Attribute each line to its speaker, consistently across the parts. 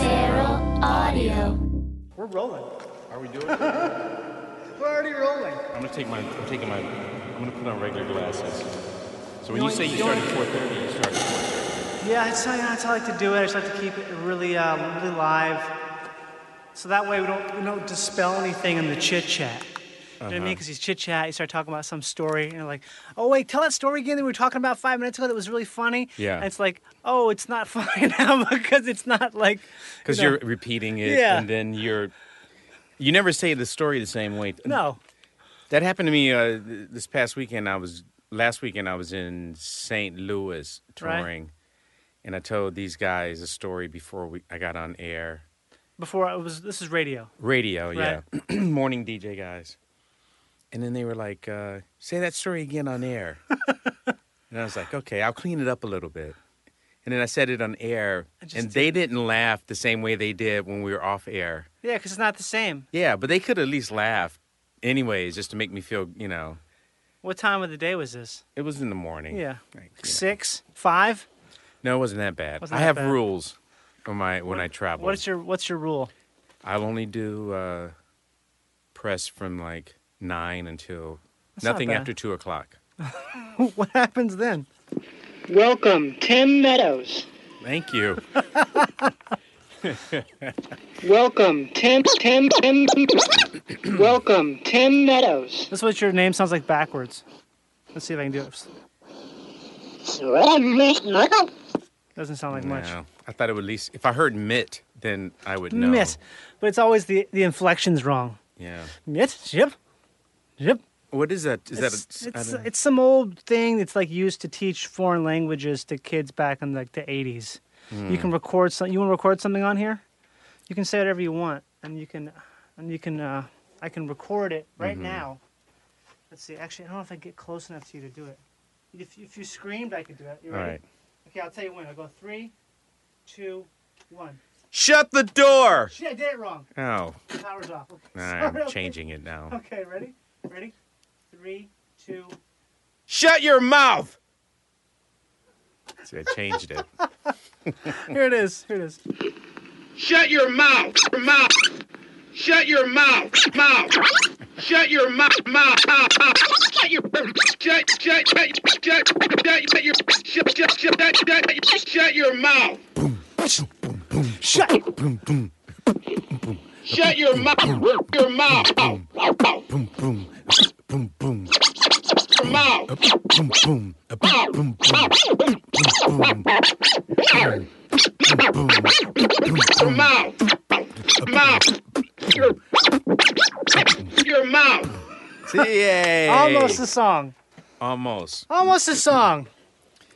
Speaker 1: Feral Audio.
Speaker 2: We're rolling.
Speaker 3: Are we doing? I'm
Speaker 2: We're already rolling.
Speaker 3: gonna take my. I'm taking my. I'm gonna put on regular glasses. So
Speaker 2: You
Speaker 3: when you
Speaker 2: want-
Speaker 3: say you
Speaker 2: you
Speaker 3: start at 4:30, you start. At 4:30.
Speaker 2: Yeah, it's how, that's how I like to do it. I just like to keep it really, uh, really live. So that way we don't, we don't dispel anything in the chit chat. You know what I
Speaker 3: Uh-huh.
Speaker 2: mean? Because he's chit chat, you start talking about some story, and you're like, oh, wait, tell that story again that we were talking about five minutes ago that was really funny.
Speaker 3: Yeah.
Speaker 2: And it's like, oh, it's not funny now because it's not like. you
Speaker 3: Because
Speaker 2: know,
Speaker 3: you're repeating it,
Speaker 2: Yeah.
Speaker 3: and then you're. You never say the story the same way.
Speaker 2: No.
Speaker 3: That happened to me uh, th- this past weekend. I was last weekend. I was in St. Louis
Speaker 2: Right.
Speaker 3: touring, and I told these guys a story before we I got on air.
Speaker 2: Before I was, this is radio.
Speaker 3: Radio, yeah. Morning DJ guys. And then they were like, uh, say that story again on air. and I was like, okay, I'll clean it up a little bit. And then I said it on air,
Speaker 2: just
Speaker 3: and they didn't laugh the same way they did when we were off air.
Speaker 2: Yeah, because it's not the same.
Speaker 3: Yeah, but they could at least laugh, anyways, just to make me feel, you know,
Speaker 2: What time of the day was this?
Speaker 3: it was in the morning.
Speaker 2: Yeah.
Speaker 3: Like, you know.
Speaker 2: Six? Five?
Speaker 3: No, it wasn't that bad.
Speaker 2: Wasn't
Speaker 3: I
Speaker 2: that
Speaker 3: have
Speaker 2: bad.
Speaker 3: rules on my when I travel.
Speaker 2: What's your What's your rule?
Speaker 3: I'll only do uh, press from like nine until
Speaker 2: not
Speaker 3: nothing
Speaker 2: bad.
Speaker 3: after two o'clock.
Speaker 2: what happens then?
Speaker 4: Welcome, Tim Meadows.
Speaker 3: Thank you.
Speaker 4: Welcome, Tim, Tim, Tim. Welcome, Tim Meadows.
Speaker 2: That's what your name sounds like backwards. Let's see if I can do it. Doesn't sound like much.
Speaker 3: No, I thought it would at least if I heard Mitt, then I would know.
Speaker 2: Miss, but it's always the the inflection's wrong.
Speaker 3: Yeah.
Speaker 2: Miss, yep, yep.
Speaker 3: What is that? Is
Speaker 2: It's,
Speaker 3: that? A, I
Speaker 2: it's,
Speaker 3: don't-
Speaker 2: it's some old thing that's like used to teach foreign languages to kids back in like the eighties. You
Speaker 3: Hmm.
Speaker 2: can record some. You want to record something on here? You can say whatever you want, and you can, and you can. Uh, I can record it right
Speaker 3: Mm-hmm.
Speaker 2: now. Let's see. Actually, I don't know if I get close enough to you to do it. If, if you screamed, I could do it. You
Speaker 3: all
Speaker 2: ready?
Speaker 3: right.
Speaker 2: Okay, I'll tell you when. I'll go three, two, one.
Speaker 3: Shut the door.
Speaker 2: Shit, I did it wrong.
Speaker 3: Oh, all
Speaker 2: Power's off. Okay,
Speaker 3: right,
Speaker 2: sorry,
Speaker 3: I'm
Speaker 2: okay.
Speaker 3: changing it now.
Speaker 2: Okay, ready? Ready? Three, two.
Speaker 3: Shut your mouth. See, I changed it.
Speaker 2: Here it is. Here it is.
Speaker 5: Shut your mouth, mouth. Shut your mouth, mouth. Shut your mouth, mouth, mouth, mouth. Shut your shut shut shut shut shut shut your shut shut shut shut shut shut your mouth.
Speaker 2: Shut.
Speaker 5: Shut your mouth, your mouth,
Speaker 6: boom boom boom boom
Speaker 5: your mouth.
Speaker 6: boom boom a boom boom boom boom boom boom boom
Speaker 5: your mouth, mouth, your, your mouth.
Speaker 3: See, yay.
Speaker 2: Almost a song.
Speaker 3: Almost.
Speaker 2: Almost a song.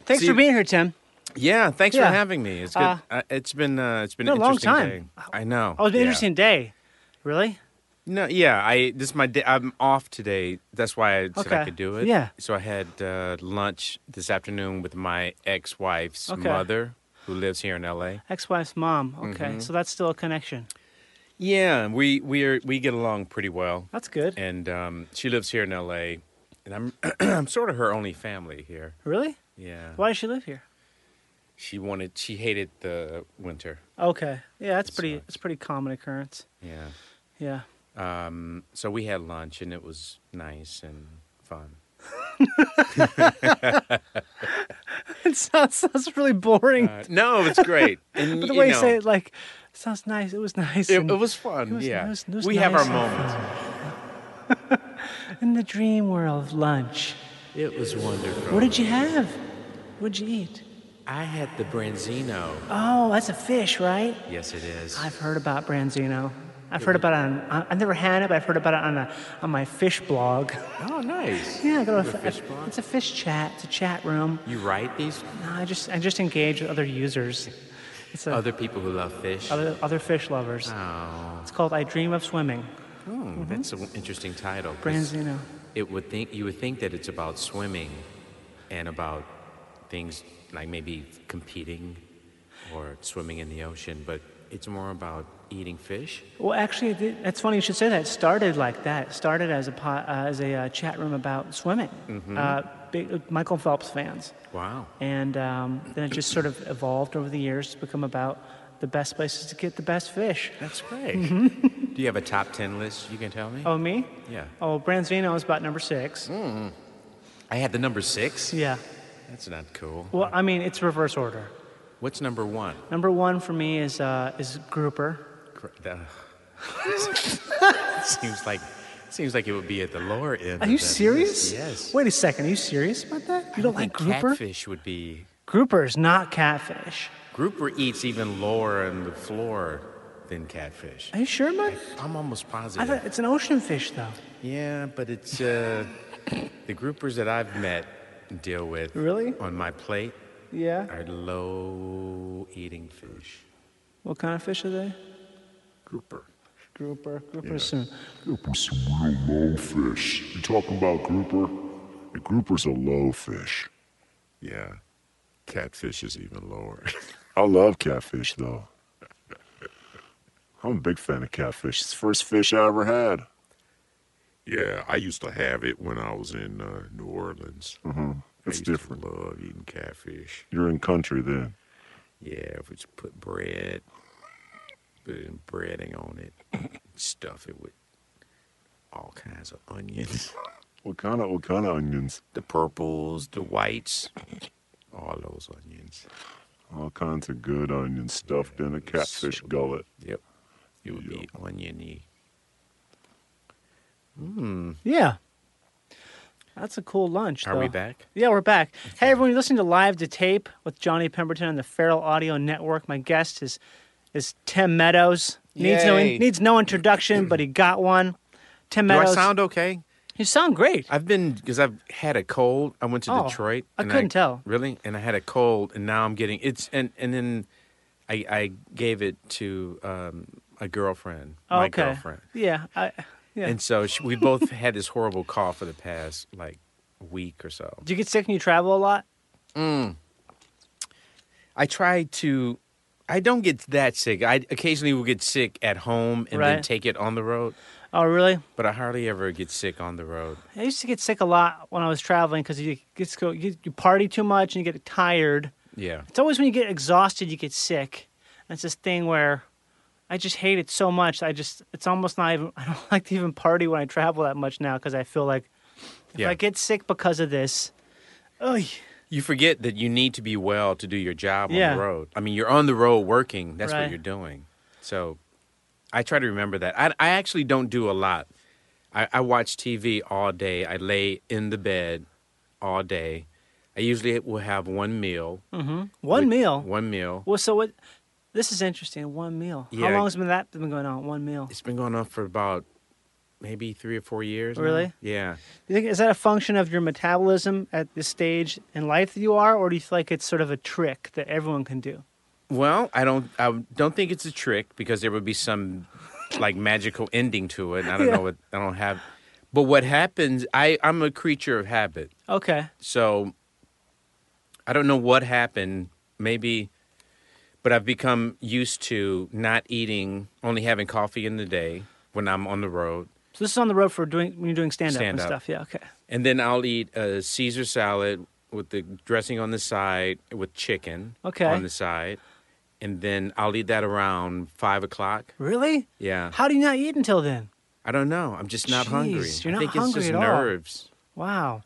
Speaker 2: Thanks
Speaker 3: See-
Speaker 2: for being here, Tim.
Speaker 3: Yeah. Thanks
Speaker 2: Yeah.
Speaker 3: for having me. It's good.
Speaker 2: Uh,
Speaker 3: uh, it's been. Uh, it's been
Speaker 2: been
Speaker 3: an
Speaker 2: a long
Speaker 3: interesting
Speaker 2: time.
Speaker 3: day. I know.
Speaker 2: Oh, it's been an
Speaker 3: Yeah.
Speaker 2: interesting day. Really?
Speaker 3: No, yeah, I this my day. I'm off today. That's why I said
Speaker 2: Okay.
Speaker 3: I could do it.
Speaker 2: Yeah.
Speaker 3: So I had uh, lunch this afternoon with my ex-wife's
Speaker 2: Okay.
Speaker 3: mother, who lives here in L.A.
Speaker 2: Ex-wife's mom. Okay,
Speaker 3: Mm-hmm.
Speaker 2: so that's still a connection.
Speaker 3: Yeah, we we are we get along pretty well,
Speaker 2: That's good.
Speaker 3: and um, she lives here in L.A. And I'm I'm sort of her only family here.
Speaker 2: Really?
Speaker 3: Yeah.
Speaker 2: Why does she live here?
Speaker 3: She wanted. She hated the winter.
Speaker 2: Okay. Yeah, that's pretty.
Speaker 3: sucks.
Speaker 2: It's pretty common occurrence.
Speaker 3: Yeah.
Speaker 2: Yeah.
Speaker 3: Um. So we had lunch, and it was nice and fun.
Speaker 2: It sounds sounds really boring.
Speaker 3: Uh, no, it was great. And
Speaker 2: But the way you,
Speaker 3: know,
Speaker 2: say it, like, sounds nice. It was nice.
Speaker 3: It,
Speaker 2: and,
Speaker 3: it was fun.
Speaker 2: it was-
Speaker 3: yeah,
Speaker 2: it was- it was
Speaker 3: we have our
Speaker 2: nice.
Speaker 3: moments.
Speaker 2: in the dream world, lunch.
Speaker 3: It was wonderful.
Speaker 2: What did you have? What'd you eat?
Speaker 3: I had the branzino.
Speaker 2: Oh, that's a fish, right?
Speaker 3: Yes, it is.
Speaker 2: I've heard about branzino. I've heard about it on. I- I've never had it, but I've heard about it on a, on my fish blog.
Speaker 3: oh, nice.
Speaker 2: Yeah, I go
Speaker 3: You
Speaker 2: to
Speaker 3: have a fish blog?
Speaker 2: It's a fish chat. It's a chat room.
Speaker 3: You write these
Speaker 2: No, I just I just engage with other users. It's a,
Speaker 3: other people who love fish.
Speaker 2: other other fish lovers.
Speaker 3: Oh,
Speaker 2: It's called I Dream of Swimming.
Speaker 3: Hmm, that's an interesting title. 'cause
Speaker 2: Mm-hmm. Branzino.
Speaker 3: It would think you would think that it's about swimming, and about things like maybe competing or swimming in the ocean, but it's more about eating fish.
Speaker 2: Well, actually, it did- that's funny you should say that. It started like that. It started as a po- uh, as a uh, chat room about swimming.
Speaker 3: Mm-hmm.
Speaker 2: Uh, big, Michael Phelps fans,
Speaker 3: Wow.
Speaker 2: and um, then it just sort of evolved over the years to become about the best places to get the best fish.
Speaker 3: That's great. Do you have a top 10 list you can tell me?
Speaker 2: Mm-hmm. Oh, me?
Speaker 3: Yeah.
Speaker 2: Oh, Branzino was about number six.
Speaker 3: I had the number six?
Speaker 2: Yeah.
Speaker 3: That's not cool.
Speaker 2: Well, I mean, it's reverse order.
Speaker 3: What's number one?
Speaker 2: Number one for me is uh, is Grouper.
Speaker 3: Cr- the- seems like seems like it would be at the lower end.
Speaker 2: Are
Speaker 3: of
Speaker 2: you
Speaker 3: that
Speaker 2: serious?
Speaker 3: list. Yes.
Speaker 2: Wait a second. Are you serious about that? You don't like Grouper?
Speaker 3: Catfish would be.
Speaker 2: Grouper is not catfish.
Speaker 3: Grouper eats even lower on the floor than catfish.
Speaker 2: Are you sure, man?
Speaker 3: I'm almost
Speaker 2: I
Speaker 3: positive.
Speaker 2: thought it's an ocean fish, though.
Speaker 3: Yeah, but it's uh, the groupers that I've met and deal with.
Speaker 2: Really?
Speaker 3: On my plate
Speaker 2: Yeah.
Speaker 3: are low eating fish.
Speaker 2: What kind of fish are they?
Speaker 7: Grouper.
Speaker 2: Grouper. Grouper soon.
Speaker 7: Grouper's some real low fish. You talking about grouper? The grouper's a low fish.
Speaker 8: Yeah. Catfish is even lower.
Speaker 7: I love catfish though. I'm a big fan of catfish. It's the first fish I ever had.
Speaker 8: yeah, I used to have it when I was in uh, New Orleans.
Speaker 7: Mm-hmm.
Speaker 8: I
Speaker 7: It's
Speaker 8: used to
Speaker 7: different.
Speaker 8: love eating catfish.
Speaker 7: You're in country then.
Speaker 8: Yeah, if we just put bread, put in breading on it, stuff it with all kinds of onions.
Speaker 7: What kind of what kind of onions?
Speaker 8: the purples, the whites, all those onions.
Speaker 7: All kinds of good onions stuffed in a catfish
Speaker 8: so-
Speaker 7: gullet.
Speaker 8: Yep. It would be oniony.
Speaker 2: Yeah. That's a cool lunch.
Speaker 3: Are we
Speaker 2: though.
Speaker 3: back?
Speaker 2: Yeah, we're back. Hey, everyone, you're listening to Live to Tape with Johnny Pemberton on the Feral Audio Network. My guest is is Tim Meadows. Needs no,
Speaker 3: Yay.
Speaker 2: needs no introduction, but he got one. Tim
Speaker 3: Do I
Speaker 2: Meadows.
Speaker 3: sound okay?
Speaker 2: you sound great.
Speaker 3: I've been because I've had a cold. I went to
Speaker 2: Oh,
Speaker 3: Detroit.
Speaker 2: I
Speaker 3: and
Speaker 2: couldn't tell.
Speaker 3: Really? And I had a cold, and now I'm getting it's and and then I I gave it to um, a girlfriend,
Speaker 2: Oh,
Speaker 3: my
Speaker 2: okay.
Speaker 3: girlfriend,
Speaker 2: Yeah. I, yeah.
Speaker 3: and so she, we both had this horrible cough for the past like week or so.
Speaker 2: Do you get sick when you travel a lot?
Speaker 3: I try to. I don't get that sick. I occasionally will get sick at home and then
Speaker 2: Right.
Speaker 3: take it on the road,
Speaker 2: Oh, really?
Speaker 3: but I hardly ever get sick on the road.
Speaker 2: I used to get sick a lot when I was traveling because you just go you, you party too much and you get tired.
Speaker 3: Yeah.
Speaker 2: It's always when you get exhausted you get sick. And it's this thing where I just hate it so much. I just it's almost not even I don't like to even party when I travel that much now because I feel like if
Speaker 3: Yeah.
Speaker 2: I get sick because of this, ugh,
Speaker 3: You forget that you need to be well to do your job
Speaker 2: Yeah.
Speaker 3: on the road. I mean, you're on the road working. That's
Speaker 2: Right.
Speaker 3: what you're doing. So I try to remember that. I, I actually don't do a lot. I, I watch TV all day. I lay in the bed all day. I usually will have one meal.
Speaker 2: one
Speaker 3: Which-
Speaker 2: meal.
Speaker 3: One meal.
Speaker 2: Well, so what? This is interesting. One meal.
Speaker 3: Yeah.
Speaker 2: How long has been that been going on? One meal.
Speaker 3: It's been going on for about maybe three or four years. now.
Speaker 2: Really?
Speaker 3: Yeah.
Speaker 2: Do you think, is that a function of your metabolism at this stage in life that you are, or do you feel like it's sort of a trick that everyone can do?
Speaker 3: Well, I don't. I don't think it's a trick because there would be some like magical ending to it. And I don't know what I don't have. But what happens? I I'm a creature of habit,
Speaker 2: Okay.
Speaker 3: so I don't know what happened. Maybe, but I've become used to not eating, only having coffee in the day when I'm on the road,
Speaker 2: So this is on the road for doing when you're doing stand up and
Speaker 3: Stand-up.
Speaker 2: stuff. Yeah. Okay.
Speaker 3: and then I'll eat a Caesar salad with the dressing on the side with chicken
Speaker 2: Okay.
Speaker 3: on the side, and then I'll eat that around five o'clock.
Speaker 2: Really?
Speaker 3: Yeah.
Speaker 2: How do you not eat until then?
Speaker 3: I don't know. I'm just not hungry.
Speaker 2: Jeez, you're
Speaker 3: I
Speaker 2: not
Speaker 3: think
Speaker 2: hungry
Speaker 3: it's just
Speaker 2: at all.
Speaker 3: nerves.
Speaker 2: Wow.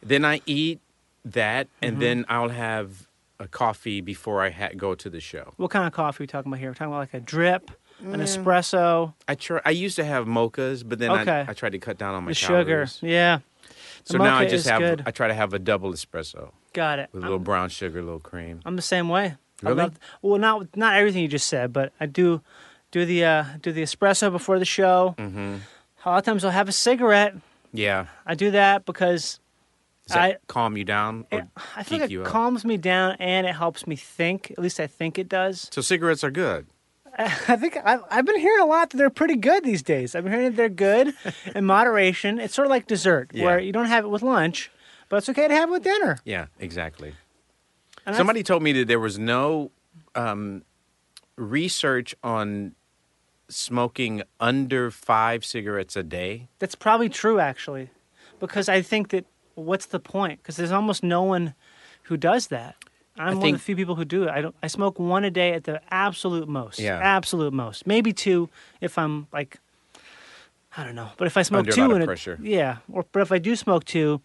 Speaker 3: Then I eat that,
Speaker 2: Mm-hmm.
Speaker 3: and then I'll have a coffee before I ha- go to the show.
Speaker 2: What kind of coffee are we talking about here? We're talking about like a drip, an espresso,
Speaker 3: I try. I used to have mochas, but then
Speaker 2: Okay.
Speaker 3: I, I tried to cut down on my
Speaker 2: the sugar.
Speaker 3: calories.
Speaker 2: Yeah. The
Speaker 3: So now I
Speaker 2: mocha
Speaker 3: just
Speaker 2: is
Speaker 3: have.
Speaker 2: good. Um,
Speaker 3: I try to have a double espresso
Speaker 2: Got it.
Speaker 3: with a
Speaker 2: I'm-
Speaker 3: little brown sugar, a little cream.
Speaker 2: I'm the same way.
Speaker 3: Really?
Speaker 2: I love, well, not not everything you just said, but I do do the uh, do the espresso before the show. Mm-hmm. A lot of times I'll have a cigarette.
Speaker 3: Yeah.
Speaker 2: I do that because
Speaker 3: Does that
Speaker 2: I-
Speaker 3: calm you down or
Speaker 2: it, I feel
Speaker 3: geek
Speaker 2: like
Speaker 3: you
Speaker 2: it
Speaker 3: up?
Speaker 2: calms me down and it helps me think. At least I think it does.
Speaker 3: so cigarettes are good.
Speaker 2: I think I've, I've been hearing a lot that they're pretty good these days. I've been hearing that they're good in moderation. It's sort of like dessert,
Speaker 3: Yeah.
Speaker 2: where you don't have it with lunch, but it's okay to have it with dinner.
Speaker 3: Yeah, exactly.
Speaker 2: And I-
Speaker 3: Somebody told me that there was no um, research on smoking under five cigarettes a day.
Speaker 2: That's probably true, actually, because I think that what's the point? Because there's almost no one who does that. I'm one of
Speaker 3: think-
Speaker 2: the few people who do it. I don't. I smoke one a day at the absolute most.
Speaker 3: Yeah.
Speaker 2: Absolute most. Maybe two if I'm like, I don't know. But if I smoke
Speaker 3: Under a
Speaker 2: two,
Speaker 3: lot of
Speaker 2: in
Speaker 3: pressure.
Speaker 2: yeah. Or but if I do smoke two,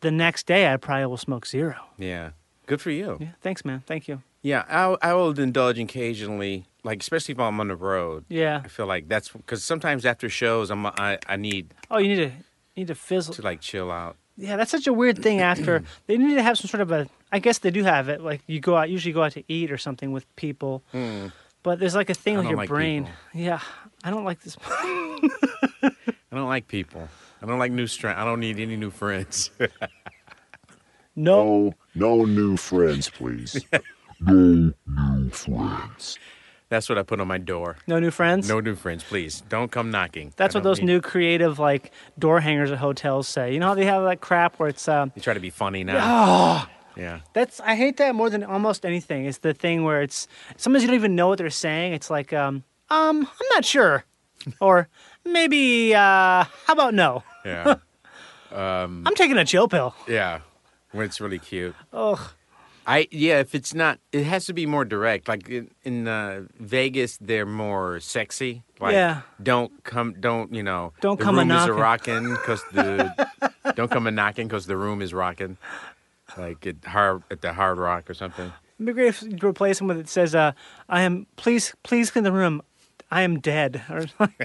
Speaker 2: the next day I probably will smoke zero.
Speaker 3: Yeah. Good for you.
Speaker 2: Yeah. Thanks, man. Thank you.
Speaker 3: Yeah, I, I will indulge occasionally, like especially if I'm on the road.
Speaker 2: Yeah.
Speaker 3: I feel like that's because sometimes after shows, I'm I, I need
Speaker 2: Oh, you need to you need to fizzle.
Speaker 3: to like chill out.
Speaker 2: Yeah, that's such a weird thing. After they need to have some sort of a. I guess they do have it. Like you go out, usually go out to eat or something with people. But there's like a thing
Speaker 3: Hmm. I
Speaker 2: with
Speaker 3: don't
Speaker 2: your
Speaker 3: like
Speaker 2: brain.
Speaker 3: people.
Speaker 2: Yeah, I don't like this.
Speaker 3: I don't like people. I don't like new strength. I don't need any new friends.
Speaker 2: no,
Speaker 7: No, no new friends, please. no new friends.
Speaker 3: that's what I put on my door.
Speaker 2: no new friends.
Speaker 3: No new friends, please. Don't come knocking.
Speaker 2: that's
Speaker 3: I
Speaker 2: what
Speaker 3: don't
Speaker 2: those
Speaker 3: need-
Speaker 2: new creative like door hangers at hotels say. You know how they have that crap where it's um.
Speaker 3: You try to be funny now.
Speaker 2: Ah!
Speaker 3: Yeah.
Speaker 2: That's I hate that more than almost anything. It's the thing where it's sometimes you don't even know what they're saying. It's like um um I'm not sure, or maybe uh how about no?
Speaker 3: Yeah.
Speaker 2: I'm taking a chill pill.
Speaker 3: yeah. When it's really cute.
Speaker 2: Ugh.
Speaker 3: I yeah, if it's not, it has to be more direct. Like in, in uh, Vegas, they're more sexy. Like,
Speaker 2: Yeah.
Speaker 3: Don't come. Don't you know?
Speaker 2: Don't
Speaker 3: the
Speaker 2: come
Speaker 3: room is
Speaker 2: a-knocking.
Speaker 3: rocking because the don't come a knocking because the room is rocking. Like at hard at the Hard Rock or something.
Speaker 2: It'd be great if you replace him with it says, uh, "I am please please clean the room. I am dead." Or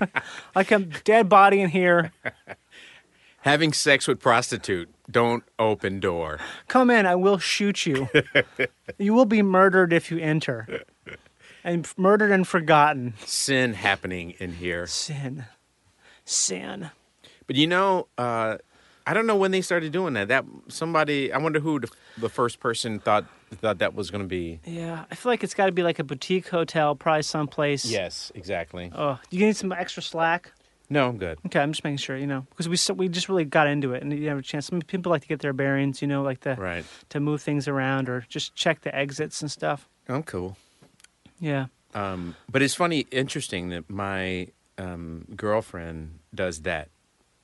Speaker 2: like a dead body in here.
Speaker 3: Having sex with prostitute. Don't open door.
Speaker 2: Come in. I will shoot you. you will be murdered if you enter, and f- murdered and forgotten.
Speaker 3: Sin happening in here.
Speaker 2: Sin, sin.
Speaker 3: But you know, uh, I don't know when they started doing that. That somebody. I wonder who the, the first person thought thought that was going to be.
Speaker 2: Yeah, I feel like it's got to be like a boutique hotel, probably someplace.
Speaker 3: Yes, exactly.
Speaker 2: Oh, you need some extra slack.
Speaker 3: No, I'm good.
Speaker 2: Okay, I'm just making sure, you know, because we so, we just really got into it, and you didn't have a chance. Some people like to get their bearings, you know, like the
Speaker 3: Right.
Speaker 2: to move things around or just check the exits and stuff.
Speaker 3: I'm cool.
Speaker 2: Yeah.
Speaker 3: Um, but it's funny, interesting that my um, girlfriend does that.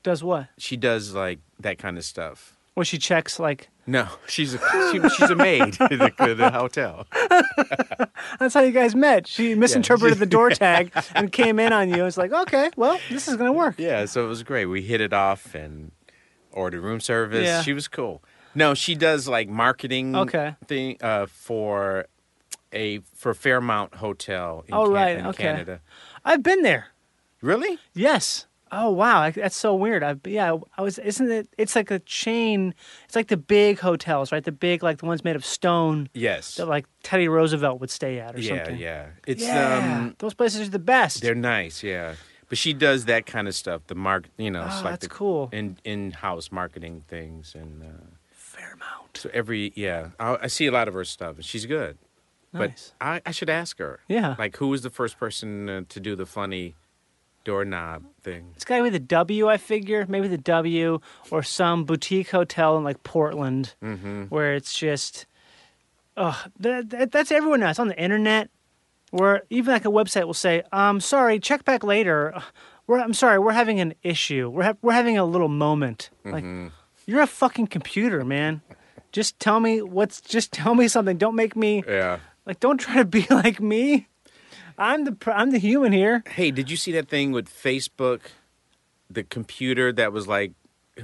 Speaker 2: Does what?
Speaker 3: She does like that kind of stuff.
Speaker 2: Or she checks like
Speaker 3: No, she's a, she, she's a maid at the, at the hotel.
Speaker 2: that's how you guys met. She misinterpreted the door tag and came in on you. It's like, okay, well, this is gonna work.
Speaker 3: Yeah, so it was great. We hit it off and ordered room service.
Speaker 2: Yeah.
Speaker 3: She was cool. No, she does like marketing
Speaker 2: Okay.
Speaker 3: thing uh, for a for Fairmount Hotel in,
Speaker 2: Oh,
Speaker 3: Can-
Speaker 2: right,
Speaker 3: in
Speaker 2: okay.
Speaker 3: Canada.
Speaker 2: I've been there.
Speaker 3: Really?
Speaker 2: Yes. Oh wow, I- that's so weird. I yeah, I was. Isn't it? It's like a chain. It's like the big hotels, right? The big like the ones made of stone
Speaker 3: Yes.
Speaker 2: that like Teddy Roosevelt would stay at or
Speaker 3: yeah,
Speaker 2: something.
Speaker 3: yeah. It's
Speaker 2: Yeah,
Speaker 3: um
Speaker 2: those places are the best.
Speaker 3: They're nice, yeah. But she does that kind of stuff. The mark, you know, it's
Speaker 2: Oh,
Speaker 3: like
Speaker 2: that's
Speaker 3: the
Speaker 2: cool.
Speaker 3: In in-house marketing things, and uh,
Speaker 2: Fairmount.
Speaker 3: so every yeah, I, I see a lot of her stuff, and she's good.
Speaker 2: Nice.
Speaker 3: But I, I should ask her.
Speaker 2: Yeah.
Speaker 3: Like, who was the first person uh, to do the funny doorknob thing?
Speaker 2: It's got to be the W, I figure. Maybe the W or some boutique hotel in like Portland where it's just, ugh, that, that, that's everywhere now. It's on the internet where even like a website will say, um, sorry, check back later. Ugh, We're, I'm sorry, we're having an issue. We're, ha- we're having a little moment. Like, you're a fucking computer, man. Just tell me what's, just tell me something. Don't make me,
Speaker 3: Yeah.
Speaker 2: like, don't try to be like me. I'm the, pr- I'm the human here.
Speaker 3: Hey, did you see that thing with Facebook? The computer that was like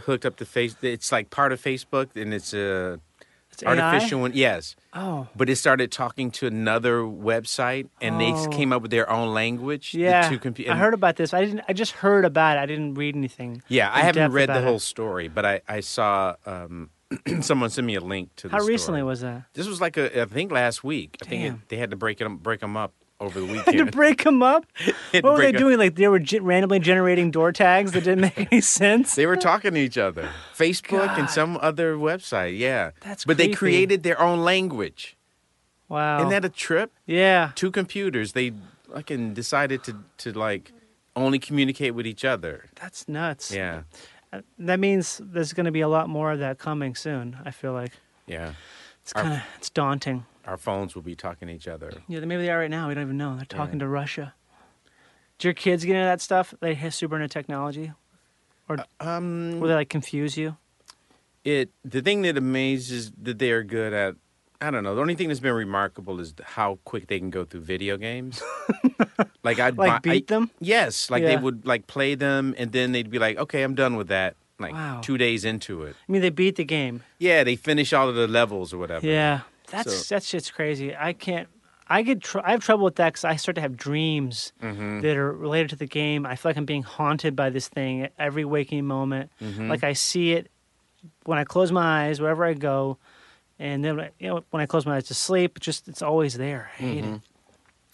Speaker 3: hooked up to face. It's like part of Facebook, and it's a
Speaker 2: It's AI.
Speaker 3: artificial one. Yes.
Speaker 2: Oh.
Speaker 3: but it started talking to another website and
Speaker 2: Oh.
Speaker 3: they came up with their own language the
Speaker 2: Yeah,
Speaker 3: two compu-
Speaker 2: I heard about this. I didn't. I just heard about it. I didn't read anything.
Speaker 3: yeah i
Speaker 2: in
Speaker 3: haven't
Speaker 2: depth
Speaker 3: read the
Speaker 2: about
Speaker 3: whole
Speaker 2: It.
Speaker 3: story but i, I saw um, someone sent me a link to the
Speaker 2: How recently
Speaker 3: story.
Speaker 2: was that?
Speaker 3: this was like a, i think last week i think
Speaker 2: Damn.
Speaker 3: it, they had to break, it, up- break them up over the
Speaker 2: to
Speaker 3: weekend
Speaker 2: break them up.
Speaker 3: Had to
Speaker 2: what were they
Speaker 3: break 'em-
Speaker 2: doing? Like they were ge- randomly generating door tags that didn't make any sense.
Speaker 3: they were talking to each other facebook and some other website yeah
Speaker 2: That's
Speaker 3: but they
Speaker 2: creepy. Oh.
Speaker 3: created their own language
Speaker 2: wow.
Speaker 3: isn't that a trip
Speaker 2: yeah.
Speaker 3: two computers they fucking decided to, to like only communicate with each other
Speaker 2: That's nuts.
Speaker 3: yeah
Speaker 2: That means there's going to be a lot more of that coming soon. I feel like
Speaker 3: yeah
Speaker 2: it's kind of it's daunting.
Speaker 3: our phones will be talking to each other.
Speaker 2: Yeah, maybe they are right now. We don't even know. They're talking to Russia. Do your kids get into that stuff? They have super into technology, or
Speaker 3: Um,
Speaker 2: will they like confuse you?
Speaker 3: it the thing that amazes that they are good at. I don't know. The only thing that's been remarkable is how quick they can go through video games. like I'd
Speaker 2: Like
Speaker 3: buy- I-
Speaker 2: beat them?
Speaker 3: Yes, like they
Speaker 2: Yeah.
Speaker 3: would like play them, and then they'd be like, "Okay, I'm done with that." Like
Speaker 2: Wow.
Speaker 3: two days into it,
Speaker 2: I mean, they beat the game.
Speaker 3: yeah, they finish all of the levels or whatever.
Speaker 2: Yeah, that's
Speaker 3: So-
Speaker 2: that shit's crazy. I can't. I get. Tr- I have trouble with that because I start to have dreams that are related to the game. I feel like I'm being haunted by this thing at every waking moment. Like I see it when I close my eyes, wherever I go, and then when I- you know when I close my eyes to sleep, it just it's always there. I hate it.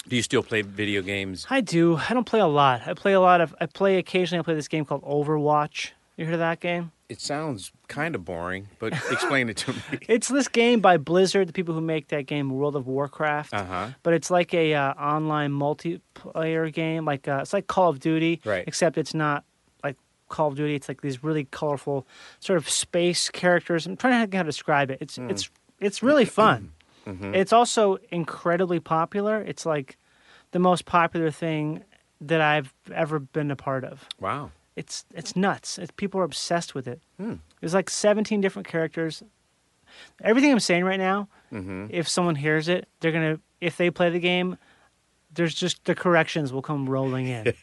Speaker 3: Do you still play video games?
Speaker 2: I do. I don't play a lot. I play a lot of. I play occasionally. I play this game called Overwatch. You heard of that game?
Speaker 3: It sounds kind of boring, but explain it to me.
Speaker 2: It's this game by Blizzard, the people who make that game World of Warcraft.
Speaker 3: Uh huh.
Speaker 2: but it's like a uh, online multiplayer game. Like uh, it's like Call of Duty,
Speaker 3: Right.
Speaker 2: Except it's not like Call of Duty. It's like these really colorful sort of space characters. I'm trying to think how to describe it. It's it's it's really fun. It's also incredibly popular. It's like the most popular thing that I've ever been a part of.
Speaker 3: Wow.
Speaker 2: It's it's nuts. It's, people are obsessed with it.
Speaker 3: Hmm.
Speaker 2: There's like 17 different characters. Everything I'm saying right now,
Speaker 3: Mm-hmm.
Speaker 2: if someone hears it, they're gonna if they play the game, there's just the corrections will come rolling in.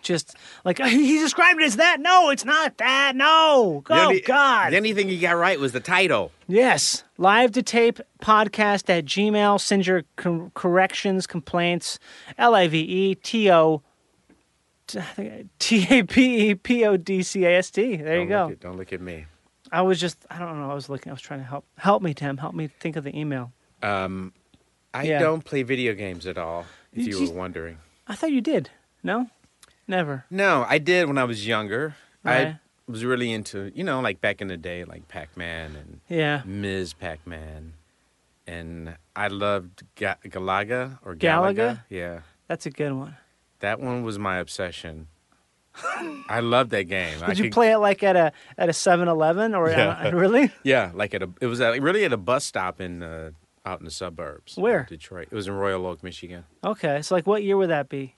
Speaker 2: just like he described it as that. No, it's not that. No,
Speaker 3: The
Speaker 2: oh
Speaker 3: only-
Speaker 2: God.
Speaker 3: The only thing you got right was the title.
Speaker 2: Yes, live to tape podcast at Gmail. Send your cor- corrections, complaints, L I V E T O T A P E P O D C A S T. There you
Speaker 3: Don't
Speaker 2: go.
Speaker 3: Look at, don't look at me.
Speaker 2: I was just, I don't know. I was looking, I was trying to help. Help me, Tim. Help me think of the email.
Speaker 3: I
Speaker 2: Yeah.
Speaker 3: don't play video games at all. If
Speaker 2: You
Speaker 3: you,
Speaker 2: just-
Speaker 3: were wondering.
Speaker 2: I thought you did. No? Never.
Speaker 3: No, I did when I was younger.
Speaker 2: Right.
Speaker 3: I was really into, you know, like back in the day, like Pac-Man and
Speaker 2: Yeah.
Speaker 3: Ms. Pac-Man, and I loved Ga- Galaga or
Speaker 2: Galaga?
Speaker 3: Galaga. Yeah,
Speaker 2: That's a good one.
Speaker 3: that one was my obsession. I loved that game. I
Speaker 2: Did you
Speaker 3: could-
Speaker 2: play it like at a at a 7 Eleven or uh,
Speaker 3: Yeah.
Speaker 2: really?
Speaker 3: Yeah, like at a it was at, really at a bus stop in uh, out in the suburbs. of
Speaker 2: Where?
Speaker 3: Detroit. It was in Royal Oak, Michigan.
Speaker 2: Okay. So, like, what year would that be?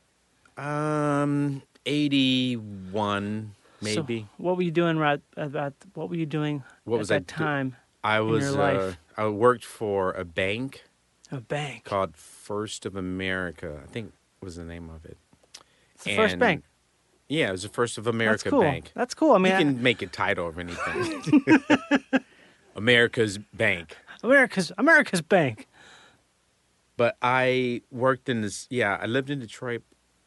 Speaker 3: Um, eighty-one
Speaker 2: So
Speaker 3: maybe.
Speaker 2: what were you doing right about what were you doing
Speaker 3: What
Speaker 2: at
Speaker 3: was I
Speaker 2: that
Speaker 3: do-
Speaker 2: time?
Speaker 3: I
Speaker 2: your
Speaker 3: was
Speaker 2: life?
Speaker 3: Uh, I worked for a bank
Speaker 2: A bank.
Speaker 3: called First of America. I think was the name of it.
Speaker 2: It's the first
Speaker 3: And-
Speaker 2: bank.
Speaker 3: Yeah, it was the First of America
Speaker 2: That's cool.
Speaker 3: bank.
Speaker 2: That's cool. I mean,
Speaker 3: you can make a title of anything. America's Bank.
Speaker 2: America's America's bank.
Speaker 3: But I worked in this. Yeah, I lived in Detroit,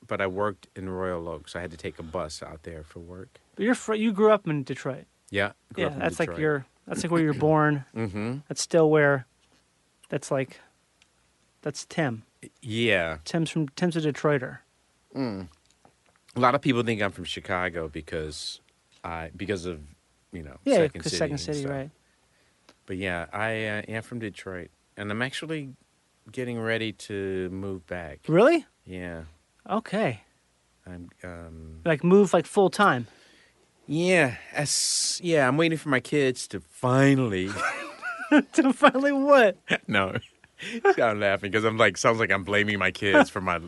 Speaker 3: but I worked in Royal Oak, so I had to take a bus out there for work.
Speaker 2: But You're fr- you grew up in Detroit.
Speaker 3: Yeah, grew
Speaker 2: yeah,
Speaker 3: up in
Speaker 2: that's like
Speaker 3: Detroit.
Speaker 2: your that's like where you're born.
Speaker 3: Mhm.
Speaker 2: That's still where. That's like. That's Tim.
Speaker 3: Yeah,
Speaker 2: Tim's from Tim's a Detroiter.
Speaker 3: a lot of people think I'm from Chicago because I because of you know
Speaker 2: Yeah,
Speaker 3: Second
Speaker 2: because
Speaker 3: City.
Speaker 2: Second
Speaker 3: and
Speaker 2: City,
Speaker 3: stuff.
Speaker 2: right?
Speaker 3: But yeah, I uh, am from Detroit, and I'm actually getting ready to move back.
Speaker 2: Really?
Speaker 3: Yeah,
Speaker 2: Okay.
Speaker 3: I'm. Um,
Speaker 2: Like move like full time.
Speaker 3: yeah, as, yeah, I'm waiting for my kids to finally.
Speaker 2: to finally what?
Speaker 3: no, I'm laughing because I'm like sounds like I'm blaming my kids for my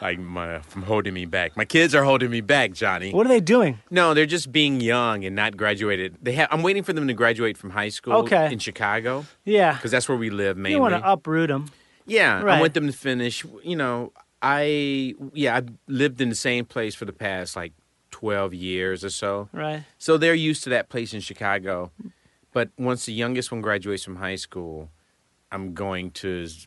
Speaker 3: like my from holding me back. My kids are holding me back, Johnny.
Speaker 2: What are they doing?
Speaker 3: No, they're just being young and not graduated. They have. I'm waiting for them to graduate from high school.
Speaker 2: Okay.
Speaker 3: in Chicago
Speaker 2: Yeah.
Speaker 3: because that's where we live mainly.
Speaker 2: You want to uproot them.
Speaker 3: Yeah, I
Speaker 2: Right.
Speaker 3: want them to finish. You know, I yeah, I've lived in the same place for the past like twelve years or so,
Speaker 2: Right.
Speaker 3: so they're used to that place in Chicago. But once the youngest one graduates from high school, I'm going to s-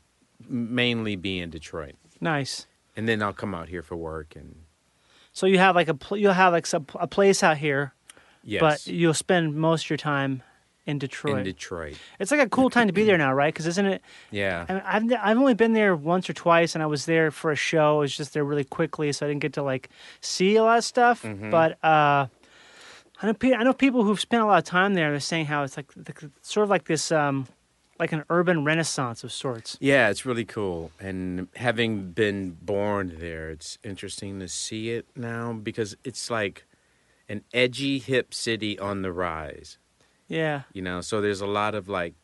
Speaker 3: mainly be in Detroit,
Speaker 2: Nice.
Speaker 3: and then I'll come out here for work and
Speaker 2: So you have like a pl- you'll have like some, a place out here,
Speaker 3: yes,
Speaker 2: but you'll spend most of your time in Detroit.
Speaker 3: in Mm-hmm. Detroit.
Speaker 2: it's like a cool time to be there now, right? Because isn't it?
Speaker 3: Yeah,
Speaker 2: I mean, I've n- I've only been there once or twice, and I was there for a show. I was just there really quickly, so I didn't get to like see a lot of stuff.
Speaker 3: Mm-hmm.
Speaker 2: But uh, I know pe- I know people who've spent a lot of time there. They're saying how it's like the, sort of like this um, like an urban renaissance of sorts.
Speaker 3: yeah, it's really cool. And having been born there, it's interesting to see it now because it's like an edgy hip city on the rise.
Speaker 2: Yeah,
Speaker 3: you know so there's a lot of like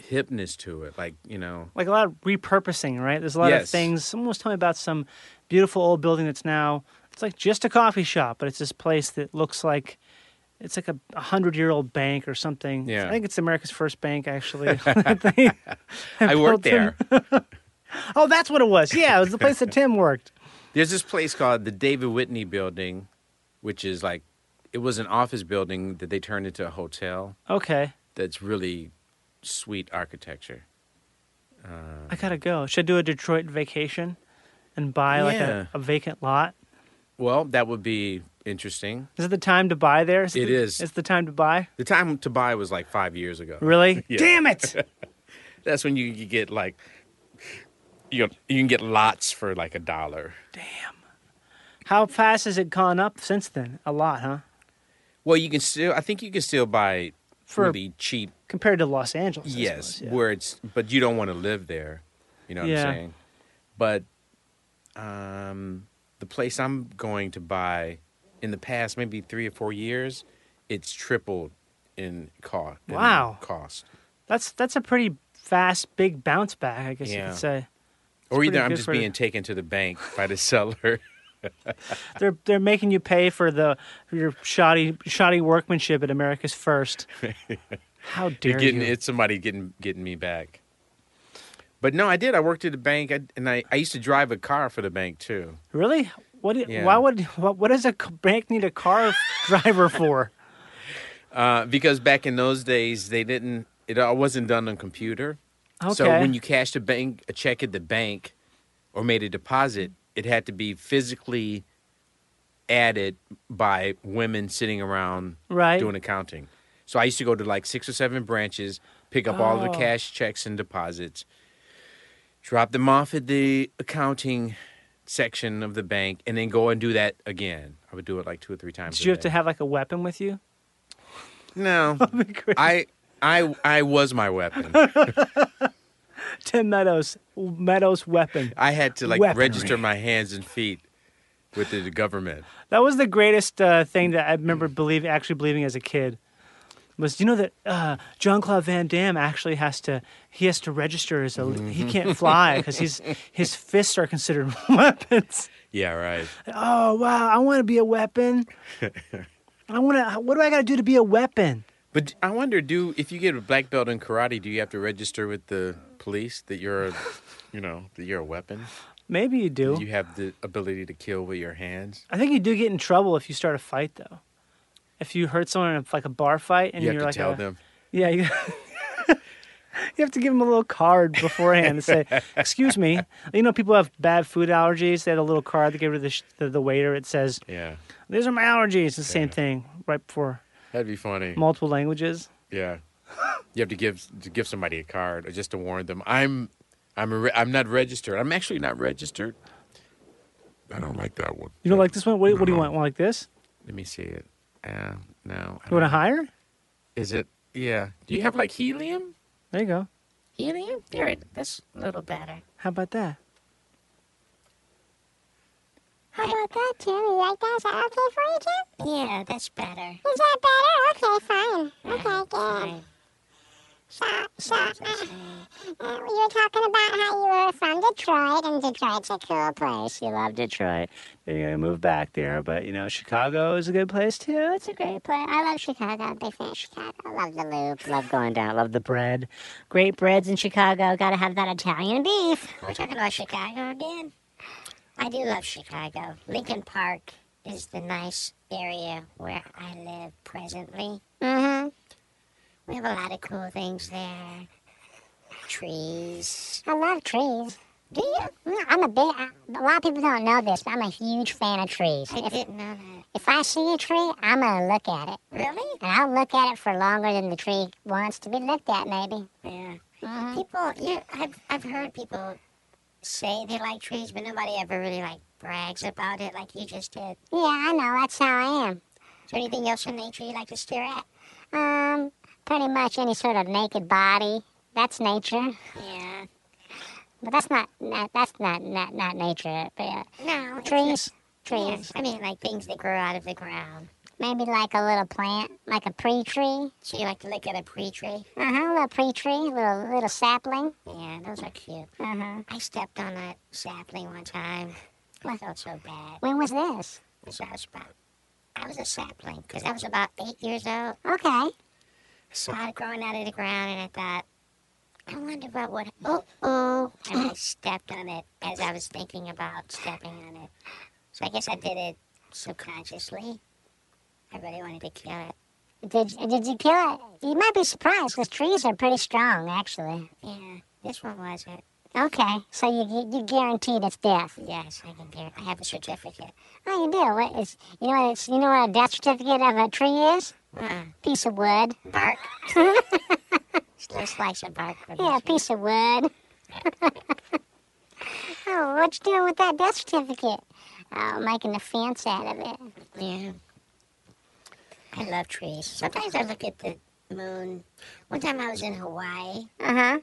Speaker 3: hipness to it. Like you know,
Speaker 2: like a lot of repurposing, right? There's a lot of
Speaker 3: Yes.
Speaker 2: things. Someone was telling me about some beautiful old building that's now it's like just a coffee shop, but it's this place that looks like it's like a a hundred year old bank or something.
Speaker 3: Yeah.
Speaker 2: I think it's America's first bank actually. They-
Speaker 3: I worked
Speaker 2: Bolton.
Speaker 3: there.
Speaker 2: oh, that's what it was. Yeah, it was the place that Tim worked.
Speaker 3: There's this place called the David Whitney Building, which is like it was an office building that they turned into a hotel.
Speaker 2: Okay,
Speaker 3: That's really sweet architecture.
Speaker 2: I gotta go. Should I do a Detroit vacation and buy like
Speaker 3: Yeah.
Speaker 2: a, a vacant lot?
Speaker 3: Well, that would be interesting.
Speaker 2: Is it the time to buy there? Is
Speaker 3: It
Speaker 2: the-
Speaker 3: is.
Speaker 2: It's the time to buy.
Speaker 3: The time to buy was like five years ago.
Speaker 2: Really?
Speaker 3: Yeah.
Speaker 2: Damn it!
Speaker 3: That's when you, you get like you know, you can get lots for like a dollar.
Speaker 2: How fast has it gone up since then? A lot, huh?
Speaker 3: Well, you can still I think you can still buy
Speaker 2: For-
Speaker 3: really cheap.
Speaker 2: Compared to Los Angeles. I
Speaker 3: yes,
Speaker 2: suppose, yeah.
Speaker 3: where it's but you don't want to live there. You know what
Speaker 2: Yeah.
Speaker 3: I'm saying? But um the place I'm going to buy in the past maybe 3 or 4 years, it's tripled in cost.
Speaker 2: Wow.
Speaker 3: Cost.
Speaker 2: That's that's a pretty fast big bounce back, I guess you
Speaker 3: Yeah.
Speaker 2: could say.
Speaker 3: or
Speaker 2: pretty
Speaker 3: either I'm
Speaker 2: good
Speaker 3: just
Speaker 2: for-
Speaker 3: being taken to the bank by the seller.
Speaker 2: They're they're making you pay for the for your shoddy shoddy workmanship at America's First. How
Speaker 3: You're
Speaker 2: dare
Speaker 3: getting
Speaker 2: you?
Speaker 3: it's somebody getting getting me back. But no, I did. I worked at a bank, I, and I, I used to drive a car for the bank too.
Speaker 2: Really? What? do-
Speaker 3: Yeah.
Speaker 2: Why would what, what does a c- bank need a car driver for?
Speaker 3: Uh, because back in those days, they didn't. It all wasn't done on computer.
Speaker 2: Okay.
Speaker 3: So when you cashed a bank a check at the bank, or made a deposit, it had to be physically added by women sitting around
Speaker 2: Right.
Speaker 3: doing accounting. So I used to go to like six or seven branches, pick up all the
Speaker 2: Oh.
Speaker 3: cash checks and deposits, drop them off at the accounting section of the bank, and then go and do that again. I would do it like two or three times.
Speaker 2: Did
Speaker 3: a
Speaker 2: you have
Speaker 3: day.
Speaker 2: to have like a weapon with you?
Speaker 3: No, I, I, I was my weapon.
Speaker 2: Tim Meadows, Meadows weapon.
Speaker 3: I had to like
Speaker 2: Weaponry.
Speaker 3: register my hands and feet with the government.
Speaker 2: That was the greatest uh, thing that I remember
Speaker 3: Mm.
Speaker 2: believe actually believing as a kid. Was you know that uh, John Claude Van Damme actually has to he has to register as a he
Speaker 3: Mm-hmm.
Speaker 2: can't fly because his his fists are considered weapons.
Speaker 3: Yeah, right.
Speaker 2: Oh wow, I want to be a weapon. I want to. What do I got to do to be a weapon?
Speaker 3: But I wonder, do if you get a black belt in karate, do you have to register with the police that you're, a, you know, that you're a weapon?
Speaker 2: Maybe you do.
Speaker 3: That you have the ability to kill with your hands.
Speaker 2: I think you do get in trouble if you start a fight though. If you hurt someone in like a bar fight and
Speaker 3: you
Speaker 2: are
Speaker 3: have to
Speaker 2: like
Speaker 3: tell
Speaker 2: a,
Speaker 3: them.
Speaker 2: Yeah, you, you have to give them a little card beforehand to say, "Excuse me." You know, people have bad food allergies. They had a little card they gave to the, sh- to the waiter. It says,
Speaker 3: Yeah,
Speaker 2: "These are my allergies." It's the same thing, right before
Speaker 3: that'd be funny.
Speaker 2: multiple languages.
Speaker 3: Yeah, you have to give to give somebody a card or just to warn them. I'm, I'm, a re- I'm not registered. I'm actually not registered.
Speaker 9: I don't like that one.
Speaker 2: You don't like this one? What, what do you want? One like this?
Speaker 3: Let me see it. Uh, no. I
Speaker 2: You want to
Speaker 3: don't-
Speaker 2: hire?
Speaker 3: Is it? Yeah. Do you have like helium?
Speaker 2: There you go.
Speaker 1: Helium? There it. That's a little better.
Speaker 2: How about that?
Speaker 1: How about that, Tim? You like that? Is that okay for you, Tim? Yeah, that's better. Is that better? Okay, fine. Okay, good. So, so, uh, uh, you were talking about how you were from Detroit, and Detroit's a cool place. You love Detroit.
Speaker 2: You're gonna move back there, but you know Chicago is a good place too. It's a
Speaker 1: Great place. I love Chicago. I'm a Big fan of Chicago. Love the loop. Love going down. Love the bread. Great breads in Chicago. Gotta have that Italian beef. We're talking about Chicago again. I do love Chicago. Lincoln Park is the nice area where I live presently. Mm-hmm. We have a lot of cool things there. Trees. I love trees. Do you? No, I'm a big. I, a lot of people don't know this, but I'm a huge fan of trees. I didn't know that. If I see a tree, I'm gonna look at it. Really? And I'll look at it for longer than the tree wants to be looked at, maybe. Mm-hmm. Yeah. People, you, I've I've heard people say they like trees, but nobody ever really like brags about it like you just did. Yeah, I know. That's how I am. Is there anything else in nature you like to stare at? Um, pretty much any sort of naked body. That's nature. Yeah. But that's not, not that's not not, not nature. But uh, no, trees, trees. I mean, like things that grow out of the ground.
Speaker 10: Maybe like a little plant, like a pre tree.
Speaker 1: So you like to look at a pre tree?
Speaker 10: Uh huh, a little pre tree, little little sapling.
Speaker 1: Yeah, those are cute.
Speaker 10: Uh huh.
Speaker 1: I stepped on a sapling one time. I felt so bad.
Speaker 10: When was this?
Speaker 1: So I was about, I was a sapling because I was about eight years old.
Speaker 10: Okay.
Speaker 1: saw it growing out of the ground, and I thought, I wonder about what. Oh, oh! And I stepped on it as I was thinking about stepping on it. So I guess I did it subconsciously. I really wanted to kill it.
Speaker 10: Did did you kill it? You might be surprised because trees are pretty strong, actually.
Speaker 1: Yeah, this one wasn't.
Speaker 10: Okay, so you you, you guaranteed its death.
Speaker 1: Yes, I can guarantee. I have a certificate.
Speaker 10: Oh, you do. What is you know what it's you know what a death certificate of a tree is?
Speaker 1: Uh,
Speaker 10: Piece of wood.
Speaker 1: bark. Still slice of bark from
Speaker 10: Yeah, a
Speaker 1: this one.
Speaker 10: piece of wood. oh, what you doing with that death certificate? Oh, making a fence out of it.
Speaker 1: Yeah. I love trees. Sometimes I look at the moon. One time I was in Hawaii
Speaker 10: Uh huh.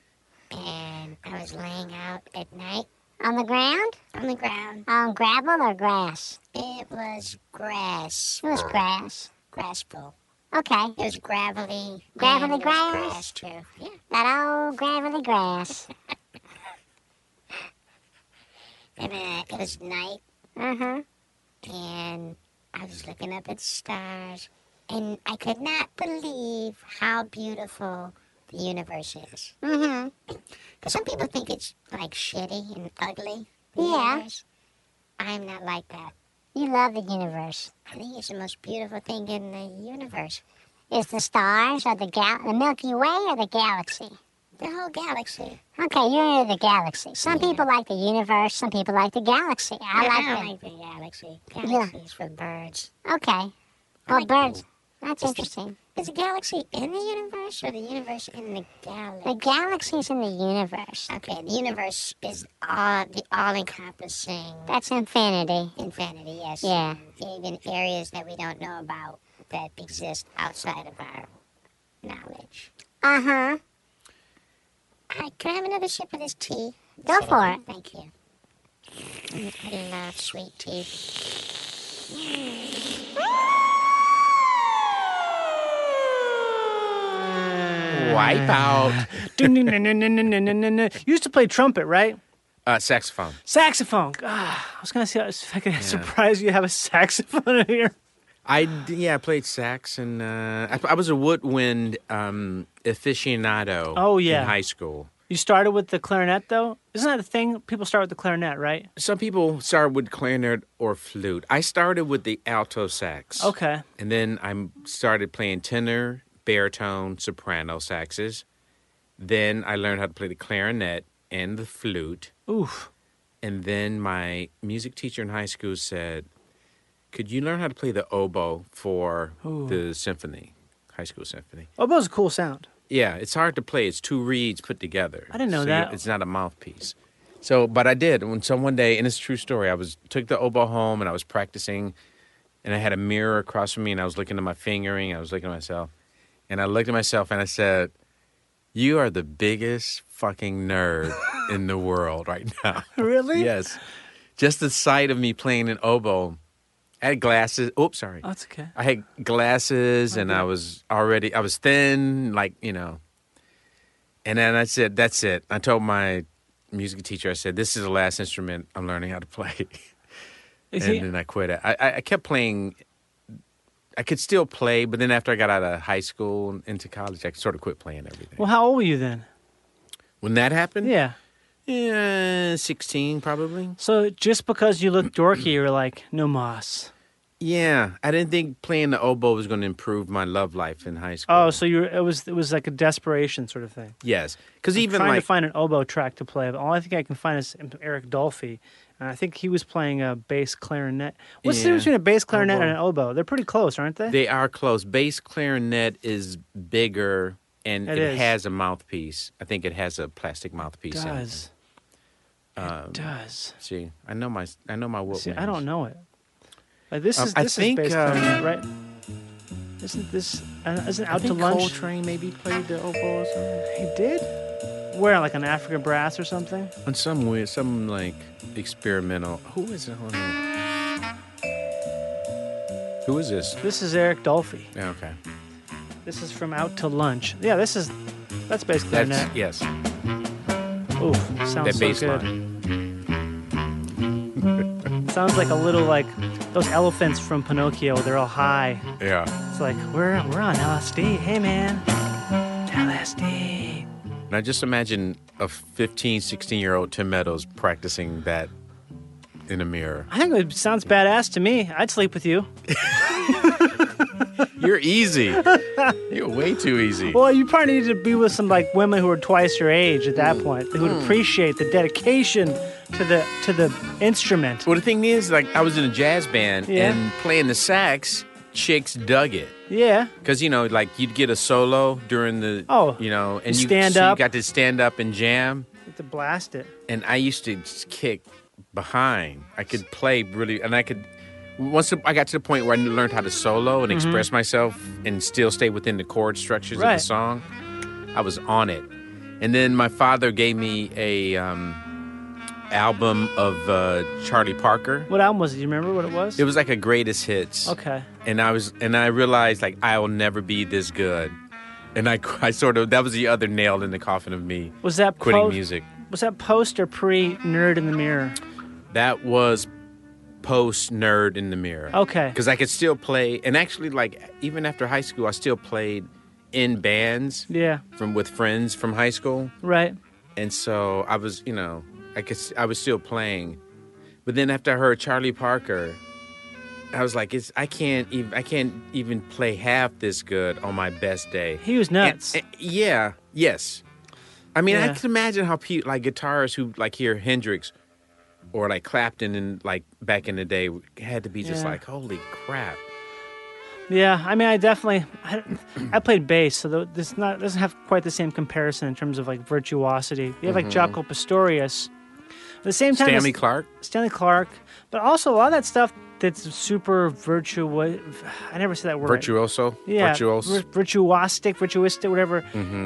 Speaker 1: and I was laying out at night
Speaker 10: On the ground?
Speaker 1: on the ground. Uh,
Speaker 10: On gravel or grass?
Speaker 1: It was grass,
Speaker 10: It was grass.
Speaker 1: grass bowl.
Speaker 10: Okay.
Speaker 1: It was gravelly. and
Speaker 10: Gravelly
Speaker 1: it was
Speaker 10: grass?
Speaker 1: Grass too. Yeah.
Speaker 10: That old gravelly grass.
Speaker 1: And uh, it was night
Speaker 10: Uh huh.
Speaker 1: and I was looking up at stars and I could not believe how beautiful the universe is.
Speaker 10: Mm
Speaker 1: Because some people think it's like shitty and ugly.
Speaker 10: Yeah.
Speaker 1: Yes. I'm not like that.
Speaker 10: hmm. You love the universe.
Speaker 1: I think it's the most beautiful thing in the universe.
Speaker 10: Is the stars or the gal the Milky Way or the galaxy?
Speaker 1: The whole galaxy.
Speaker 10: Okay, you're into the galaxy. Some people like the universe. Some people like the galaxy.
Speaker 1: I
Speaker 10: I
Speaker 1: don't
Speaker 10: like
Speaker 1: like the galaxy. Galaxy is for birds.
Speaker 10: the. Okay. Well, birds. That's interesting.
Speaker 1: Is the galaxy in the universe or the universe in the galaxy?
Speaker 10: The galaxy's in the universe.
Speaker 1: Okay, the universe is all the all-encompassing
Speaker 10: That's infinity.
Speaker 1: infinity. Yes.
Speaker 10: Yeah.
Speaker 1: Even areas that we don't know about that exist outside of our knowledge.
Speaker 10: Uh huh.
Speaker 1: All right, can I have another sip of this tea?
Speaker 10: Go for it.
Speaker 1: Thank you. Mm, I do love sweet tea.
Speaker 2: Ah.
Speaker 3: Wipe out.
Speaker 2: used to play trumpet, right?
Speaker 3: Uh, saxophone.
Speaker 2: Saxophone. Ah, I was gonna see if I could surprise you have a saxophone in here.
Speaker 3: I d- yeah, I played sax and uh, I, I was a woodwind um, aficionado.
Speaker 2: Oh, yeah.
Speaker 3: in high school.
Speaker 2: You started with the clarinet, though. Isn't that the thing? People start with the clarinet, right?
Speaker 3: Some people start with clarinet or flute. I started with the alto sax.
Speaker 2: Okay.
Speaker 3: And then I m- started playing tenor, baritone, soprano saxes. Then I learned how to play the clarinet and the flute.
Speaker 2: Oof.
Speaker 3: And then my music teacher in high school said, Could you learn how to play the oboe for the symphony, high school symphony?
Speaker 2: Oboe's a cool sound.
Speaker 3: Yeah, it's hard to play. It's two reeds put together.
Speaker 2: I didn't know
Speaker 3: So you-
Speaker 2: that.
Speaker 3: It's not a mouthpiece. So, but I did. When so one day, and it's a true story, I was took the oboe home and I was practicing, and I had a mirror across from me, and I was looking at my fingering. I was looking at myself, and I looked at myself and I said, "You are the biggest fucking nerd in the world right now."
Speaker 2: Really?
Speaker 3: yes. Just the sight of me playing an oboe. I had glasses. Oops, sorry.
Speaker 2: Oh, that's okay.
Speaker 3: I had glasses and I
Speaker 2: Mm-hmm.
Speaker 3: was already I was thin, like, you know. And then I said, That's it. I told my music teacher, I said, This is the last instrument I'm learning how to play.
Speaker 2: Is
Speaker 3: and
Speaker 2: he-
Speaker 3: then I quit it. I, I- I kept playing I could still play, but then after I got out of high school and into college, I sort of quit playing everything.
Speaker 2: well, how old were you then?
Speaker 3: when that happened?
Speaker 2: Yeah.
Speaker 3: Yeah, sixteen probably.
Speaker 2: So just because you look dorky, you're like no moss.
Speaker 3: Yeah. I didn't think playing the oboe was gonna improve my love life in high school.
Speaker 2: Oh, so you were, it was it was like a desperation sort of thing.
Speaker 3: yes. Because
Speaker 2: I'm
Speaker 3: even
Speaker 2: trying
Speaker 3: like
Speaker 2: to find an oboe track to play, but all I think I can find is Eric Dolphy, and I think he was playing a bass clarinet. What's the
Speaker 3: Yeah.
Speaker 2: difference between a bass clarinet and
Speaker 3: Oboe.
Speaker 2: an oboe? They're pretty close, aren't they?
Speaker 3: They are close. Bass clarinet is bigger and
Speaker 2: It
Speaker 3: it,
Speaker 2: is.
Speaker 3: has a mouthpiece. I think it has a plastic mouthpiece. in it.
Speaker 2: does.
Speaker 3: Um,
Speaker 2: it does.
Speaker 3: See, I know my I know my woodwind.
Speaker 2: See, I don't know it. Like, this
Speaker 3: Um,
Speaker 2: is
Speaker 3: I
Speaker 2: this
Speaker 3: think,
Speaker 2: is bass
Speaker 3: um,
Speaker 2: clarinet, right? Isn't this uh, isn't
Speaker 3: I
Speaker 2: out to
Speaker 3: think
Speaker 2: lunch?
Speaker 3: Coltrane maybe played the oboe or something.
Speaker 2: He did. Where like an African brass or something?
Speaker 3: On some weird, some like experimental. Who is it? Hold on. Who is this?
Speaker 2: This is Eric Dolphy.
Speaker 3: Yeah, okay.
Speaker 2: This is from Out to Lunch. Yeah, this is. That's basically
Speaker 3: That's,
Speaker 2: net.
Speaker 3: yes.
Speaker 2: Ooh, sounds
Speaker 3: that
Speaker 2: so
Speaker 3: bass
Speaker 2: good.
Speaker 3: line.
Speaker 2: Sounds like a little like those elephants from Pinocchio. They're all high.
Speaker 3: Yeah.
Speaker 2: It's like we're we're on LSD. Hey man, LSD.
Speaker 3: Now just imagine a 15, 16 year old Tim Meadows practicing that in a mirror.
Speaker 2: I think it sounds badass to me. I'd sleep with you.
Speaker 3: You're easy. You're way too easy.
Speaker 2: Well, you probably need to be with some like women who are twice your age at that point. They would appreciate the dedication to the to the instrument.
Speaker 3: Well, the thing is, like, I was in a jazz band
Speaker 2: Yeah.
Speaker 3: and playing the sax, chicks dug it.
Speaker 2: Yeah.
Speaker 3: Because, you know, like, you'd get a solo during the,
Speaker 2: Oh,
Speaker 3: you know, and
Speaker 2: you
Speaker 3: you,
Speaker 2: stand
Speaker 3: so
Speaker 2: up.
Speaker 3: you got to stand up and jam.
Speaker 2: To blast it.
Speaker 3: And I used to just kick behind. I could play really, and I could, once I got to the point where I learned how to solo
Speaker 2: Mm-hmm.
Speaker 3: and express myself and still stay within the chord structures of
Speaker 2: Right.
Speaker 3: the song, I was on it. And then my father gave me a um, album of uh, Charlie Parker.
Speaker 2: What album was it? Do you remember what it was?
Speaker 3: It was like a greatest hits.
Speaker 2: okay.
Speaker 3: And I was and I realized like I will never be this good. And I, I sort of that was the other nail in the coffin of me
Speaker 2: Was that
Speaker 3: quitting
Speaker 2: post,
Speaker 3: music.
Speaker 2: Was that post or pre Nerd in the Mirror?
Speaker 3: That was post nerd in the mirror.
Speaker 2: Okay.
Speaker 3: Cuz I could still play and actually like even after high school I still played in bands
Speaker 2: Yeah.
Speaker 3: from with friends from high school.
Speaker 2: Right.
Speaker 3: and so I was, you know, I could, I was still playing, but then after I heard Charlie Parker, I was like, it's, I can't even, I can't even play half this good on my best day.
Speaker 2: He was nuts.
Speaker 3: And- and- yeah, yes. I mean, I
Speaker 2: Yeah.
Speaker 3: can imagine how people like guitarists who like hear Hendrix or like Clapton and like back in the day had to be just
Speaker 2: Yeah.
Speaker 3: like, holy crap.
Speaker 2: Yeah, I mean, I definitely, I, I played bass, so tho- this not doesn't have quite the same comparison in terms of like virtuosity. You have like Jaco Pastorius, at the same time as
Speaker 3: Mm-hmm. Stanley Clark.
Speaker 2: Stanley Clark, but also a lot of that stuff that's super virtuous. I never say that word.
Speaker 3: Virtuoso,
Speaker 2: yeah,
Speaker 3: virtuos.
Speaker 2: vir- virtuostic, virtuistic, whatever.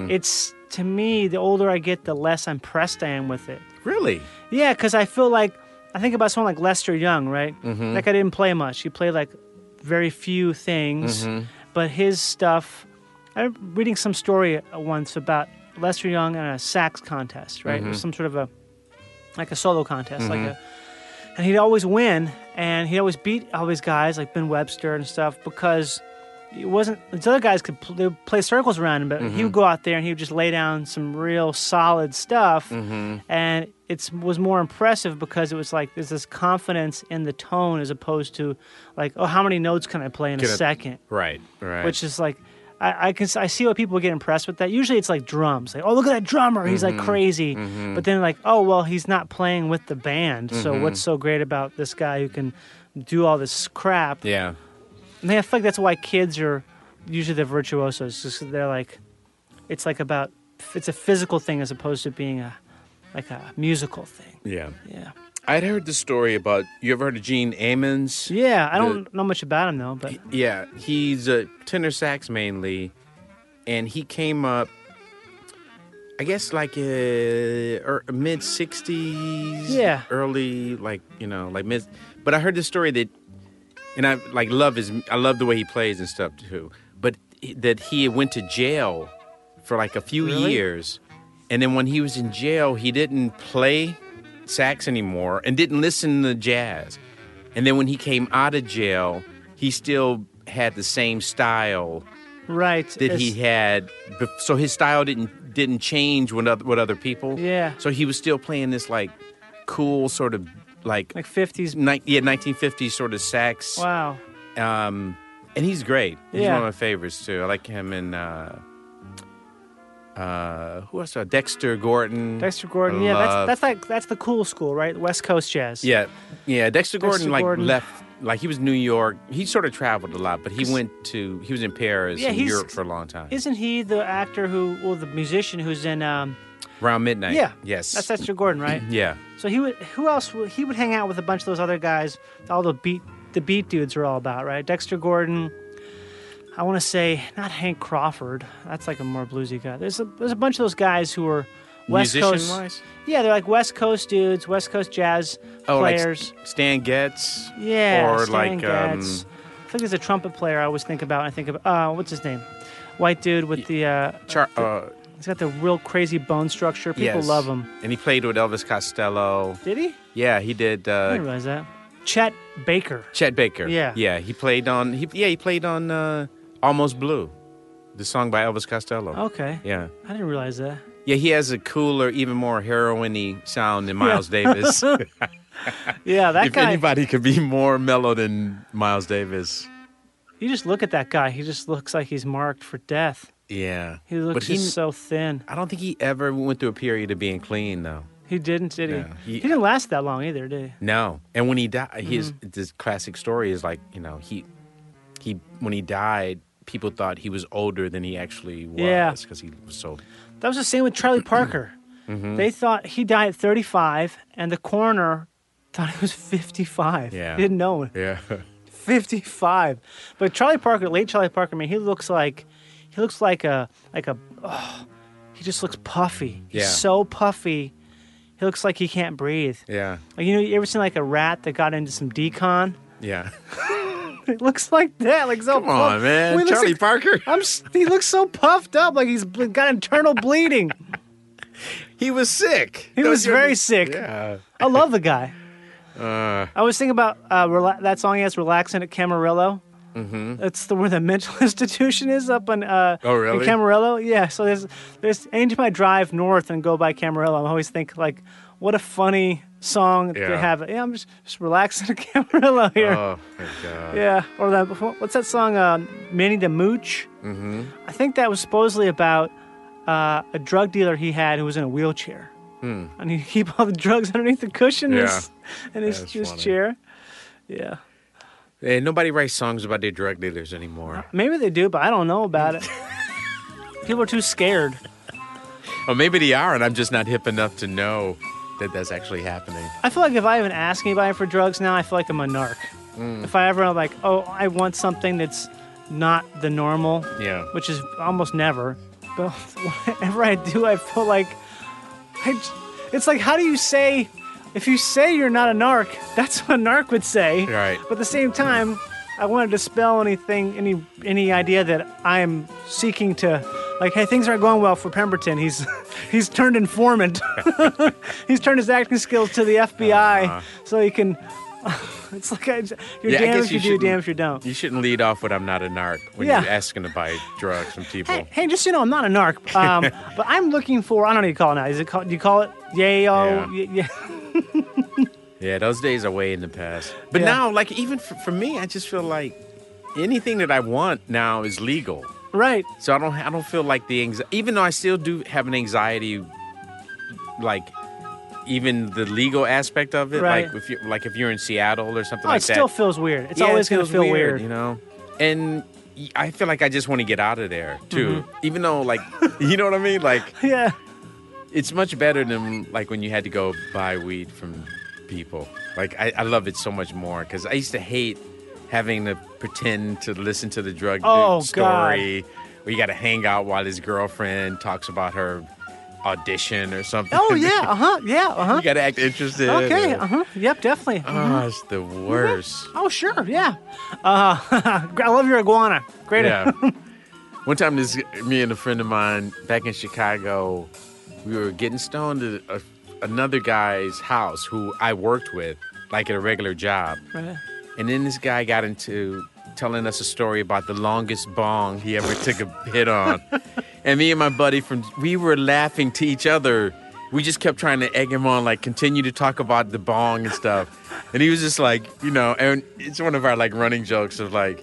Speaker 2: It's to me, the older I get, the less impressed I am with it.
Speaker 3: really?
Speaker 2: Yeah, because I feel like I think about someone like Lester Young, right? That guy didn't play much. He played like very few things, but his stuff. I'm reading some story once about Lester Young and a sax contest, right? It was some sort of a like a solo contest, like a. And he'd always win, and he'd always beat all these guys like Ben Webster and stuff because it wasn't. These other guys could pl- they would play circles around him, but he would go out there and he would just lay down some real solid stuff, and it was more impressive because it was like there's this confidence in the tone as opposed to like oh how many notes can I play in
Speaker 3: Can
Speaker 2: a
Speaker 3: I-
Speaker 2: second,
Speaker 3: Right, right.
Speaker 2: which is like. I, I can s- I see why people get impressed with that. Usually it's like drums, like oh look at that drummer, he's
Speaker 3: Mm-hmm.
Speaker 2: like crazy. But then like oh well he's not playing with the band, so
Speaker 3: Mm-hmm.
Speaker 2: what's so great about this guy who can do all this crap?
Speaker 3: yeah.
Speaker 2: And I feel like that's why kids are usually the virtuosos. Just they're like, it's like about it's a physical thing as opposed to being a like a musical thing.
Speaker 3: Yeah.
Speaker 2: Yeah,
Speaker 3: I'd heard the story about you ever heard of Gene Ammons?
Speaker 2: yeah. I don't know much about him though, but
Speaker 3: Yeah, he's a tenor sax mainly, and he came up, I guess, like uh, er, mid '60s.
Speaker 2: Yeah.
Speaker 3: early, like you know, like mid. But I heard the story that, and I like love his. I love the way he plays and stuff too. But he- that he went to jail for like a few
Speaker 2: Really?
Speaker 3: years, and then when he was in jail, he didn't play sax anymore and didn't listen to jazz. And then when he came out of jail, he still had the same style
Speaker 2: right.
Speaker 3: that
Speaker 2: it's-
Speaker 3: he had. bef- So his style didn't didn't change with other, with other people.
Speaker 2: Yeah.
Speaker 3: So he was still playing this like cool sort of like,
Speaker 2: like fifties.
Speaker 3: ni- yeah 1950s sort of sax.
Speaker 2: Wow.
Speaker 3: Um, and he's great. He's
Speaker 2: Yeah.
Speaker 3: one of my favorites too. I like him in. Uh, uh, who else? Dexter Gordon.
Speaker 2: Dexter Gordon.
Speaker 3: I
Speaker 2: Yeah, that's
Speaker 3: love-
Speaker 2: that's like that's the cool school, right? West Coast jazz.
Speaker 3: Yeah, yeah. Dexter, Gordon like
Speaker 2: Gordon.
Speaker 3: left, like he was New York. He sort of traveled a lot, but he went to he was in Paris
Speaker 2: Yeah,
Speaker 3: and
Speaker 2: he's-
Speaker 3: Europe for a long time.
Speaker 2: Isn't he the actor who, well, the musician who's in? Um,
Speaker 3: Around midnight.
Speaker 2: yeah.
Speaker 3: Yes.
Speaker 2: That's Dexter Gordon, right?
Speaker 3: yeah.
Speaker 2: So he would. Who else? Would, he would hang out with a bunch of those other guys. All the beat, the beat dudes are all about, right? Dexter Gordon. I want to say not Hank Crawford. That's like a more bluesy guy. There's a there's a bunch of those guys who are West Coast.
Speaker 3: Musician-wise?
Speaker 2: Yeah, they're like West Coast dudes, West Coast jazz
Speaker 3: Oh, like
Speaker 2: players.
Speaker 3: S- Stan Getz.
Speaker 2: yeah,
Speaker 3: Or
Speaker 2: Stan
Speaker 3: like um,
Speaker 2: Getz. I think there's a trumpet player I always think about. I think of uh, what's his name, white dude with the. Uh,
Speaker 3: Char- uh,
Speaker 2: he's got the real crazy bone structure. People
Speaker 3: yes.
Speaker 2: love him.
Speaker 3: And he played with Elvis Costello.
Speaker 2: Did he?
Speaker 3: Yeah, he did.
Speaker 2: I
Speaker 3: Uh,
Speaker 2: didn't realize that. Chet Baker.
Speaker 3: Chet Baker.
Speaker 2: Yeah.
Speaker 3: Yeah, he played on. He, yeah, he played on uh, Almost Blue, the song by Elvis Costello.
Speaker 2: Okay.
Speaker 3: Yeah.
Speaker 2: I didn't realize that.
Speaker 3: Yeah, he has a cooler, even more heroiny sound than Miles Davis.
Speaker 2: Yeah, that
Speaker 3: if
Speaker 2: guy.
Speaker 3: anybody could be more mellow than Miles Davis.
Speaker 2: You just look at that guy. He just looks like he's marked for death.
Speaker 3: Yeah.
Speaker 2: He looks
Speaker 3: but he,
Speaker 2: just so thin.
Speaker 3: I don't think he ever went through a period of being clean, though.
Speaker 2: He didn't, did he?
Speaker 3: No,
Speaker 2: he?
Speaker 3: he-
Speaker 2: didn't last that long either, did he?
Speaker 3: No. And when he died, his
Speaker 2: Mm-hmm.
Speaker 3: this classic story is like, you know, he he when he died, people thought he was older than he actually
Speaker 2: Yeah.
Speaker 3: was because he was so
Speaker 2: That was the same with Charlie Parker.
Speaker 3: Mm-hmm.
Speaker 2: They thought he died at 35, and the coroner thought he was 55.
Speaker 3: Yeah.
Speaker 2: Didn't know it.
Speaker 3: yeah.
Speaker 2: 55. But Charlie Parker, late Charlie Parker, man, he looks like he looks like a like a oh, he just looks puffy. He's
Speaker 3: Yeah.
Speaker 2: so puffy. He looks like he can't breathe.
Speaker 3: Yeah.
Speaker 2: Like, you know, you ever seen like a rat that got into some decon?
Speaker 3: Yeah.
Speaker 2: It looks like that. Like so.
Speaker 3: Come on, man.
Speaker 2: Well, he looks
Speaker 3: Charlie
Speaker 2: like-
Speaker 3: Parker.
Speaker 2: I'm. s- He looks so puffed up, like he's bl- got internal bleeding.
Speaker 3: He was sick.
Speaker 2: He
Speaker 3: Those
Speaker 2: was
Speaker 3: are-
Speaker 2: very sick.
Speaker 3: Yeah.
Speaker 2: I love the guy. I was thinking about uh, rela- that song he has, "Relaxing at Camarillo." Mm-hmm. That's the where the mental institution is up on. Uh,
Speaker 3: Oh, really?
Speaker 2: In Camarillo, yeah. So there's there's anytime I drive north and go by Camarillo, I always think like, what a funny song to
Speaker 3: Yeah.
Speaker 2: have. Yeah, I'm just, just relaxing at Camarillo here.
Speaker 3: Oh my god.
Speaker 2: Yeah, or that. What's that song? Uh, Manny the Mooch. Mm-hmm. I think that was supposedly about uh, a drug dealer he had who was in a wheelchair,
Speaker 3: Hmm.
Speaker 2: and he'd keep all the drugs underneath the cushion in his, in his,
Speaker 3: that's
Speaker 2: his
Speaker 3: funny.
Speaker 2: chair. Yeah,
Speaker 3: Hey, nobody writes songs about their drug dealers anymore.
Speaker 2: maybe they do, but I don't know about it. People are too scared.
Speaker 3: Or maybe they are, and I'm just not hip enough to know that that's actually happening.
Speaker 2: I feel like if I even ask anybody for drugs now, I feel like I'm a narc.
Speaker 3: Mm.
Speaker 2: If I ever like, oh, I want something that's not the normal,
Speaker 3: Yeah.
Speaker 2: which is almost never. But whenever I do, I feel like I, j- it's like how do you say if you say you're not a narc, that's what a narc would say.
Speaker 3: Right.
Speaker 2: But at the same time, I want to dispel anything, any any idea that I'm seeking to, like, hey, things aren't going well for Pemberton. He's he's turned informant. he's turned his acting skills to the FBI, so he can. it's like I, j- you're
Speaker 3: Uh-huh. Yeah, I
Speaker 2: damned
Speaker 3: guess
Speaker 2: if
Speaker 3: you
Speaker 2: you do,
Speaker 3: shouldn't-
Speaker 2: damn if you don't.
Speaker 3: You shouldn't lead off with "I'm not a narc" when
Speaker 2: Yeah.
Speaker 3: you're asking to buy drugs from people.
Speaker 2: Hey, hey, just so you know, I'm not a narc, um, but I'm looking for. I don't know what you call it now. Is it called? Do you call it? Yay, oh,
Speaker 3: Yeah.
Speaker 2: y- yeah.
Speaker 3: Yeah, those days are way in the past. But
Speaker 2: Yeah.
Speaker 3: now, like even for, for me, I just feel like anything that I want now is legal.
Speaker 2: right.
Speaker 3: So I don't I don't feel like the anxiety. Even though I still do have an anxiety, like even the legal aspect of it.
Speaker 2: Right.
Speaker 3: Like if you like if you're in Seattle or something
Speaker 2: Oh,
Speaker 3: like
Speaker 2: it
Speaker 3: that.
Speaker 2: still feels weird. It's
Speaker 3: Yeah, it
Speaker 2: always going to
Speaker 3: feels
Speaker 2: feel weird.
Speaker 3: you know. And y- I feel like I just want to get out of there too.
Speaker 2: Mm-hmm.
Speaker 3: Even though, like, you know what I mean? Like,
Speaker 2: Yeah.
Speaker 3: it's much better than like when you had to go buy weed from people. Like I, I love it so much more because I used to hate having to pretend to listen to the drug
Speaker 2: Oh,
Speaker 3: dude story. Where you got to hang out while his girlfriend talks about her audition or something.
Speaker 2: Oh yeah. Uh huh. Yeah. Uh huh.
Speaker 3: you got to act interested.
Speaker 2: Okay.
Speaker 3: and-
Speaker 2: Uh huh. Yep. Definitely.
Speaker 3: Oh, it's the worst.
Speaker 2: Oh sure. Yeah. Uh, I love your iguana. Great.
Speaker 3: Yeah. One time, this me and a friend of mine back in Chicago, we were getting stoned at a, another guy's house who I worked with, like at a regular job.
Speaker 2: Right.
Speaker 3: And then this guy got into telling us a story about the longest bong he ever took a hit on. And me and my buddy from we were laughing to each other. We just kept trying to egg him on, like continue to talk about the bong and stuff. And he was just like, you know, and it's one of our like running jokes of like,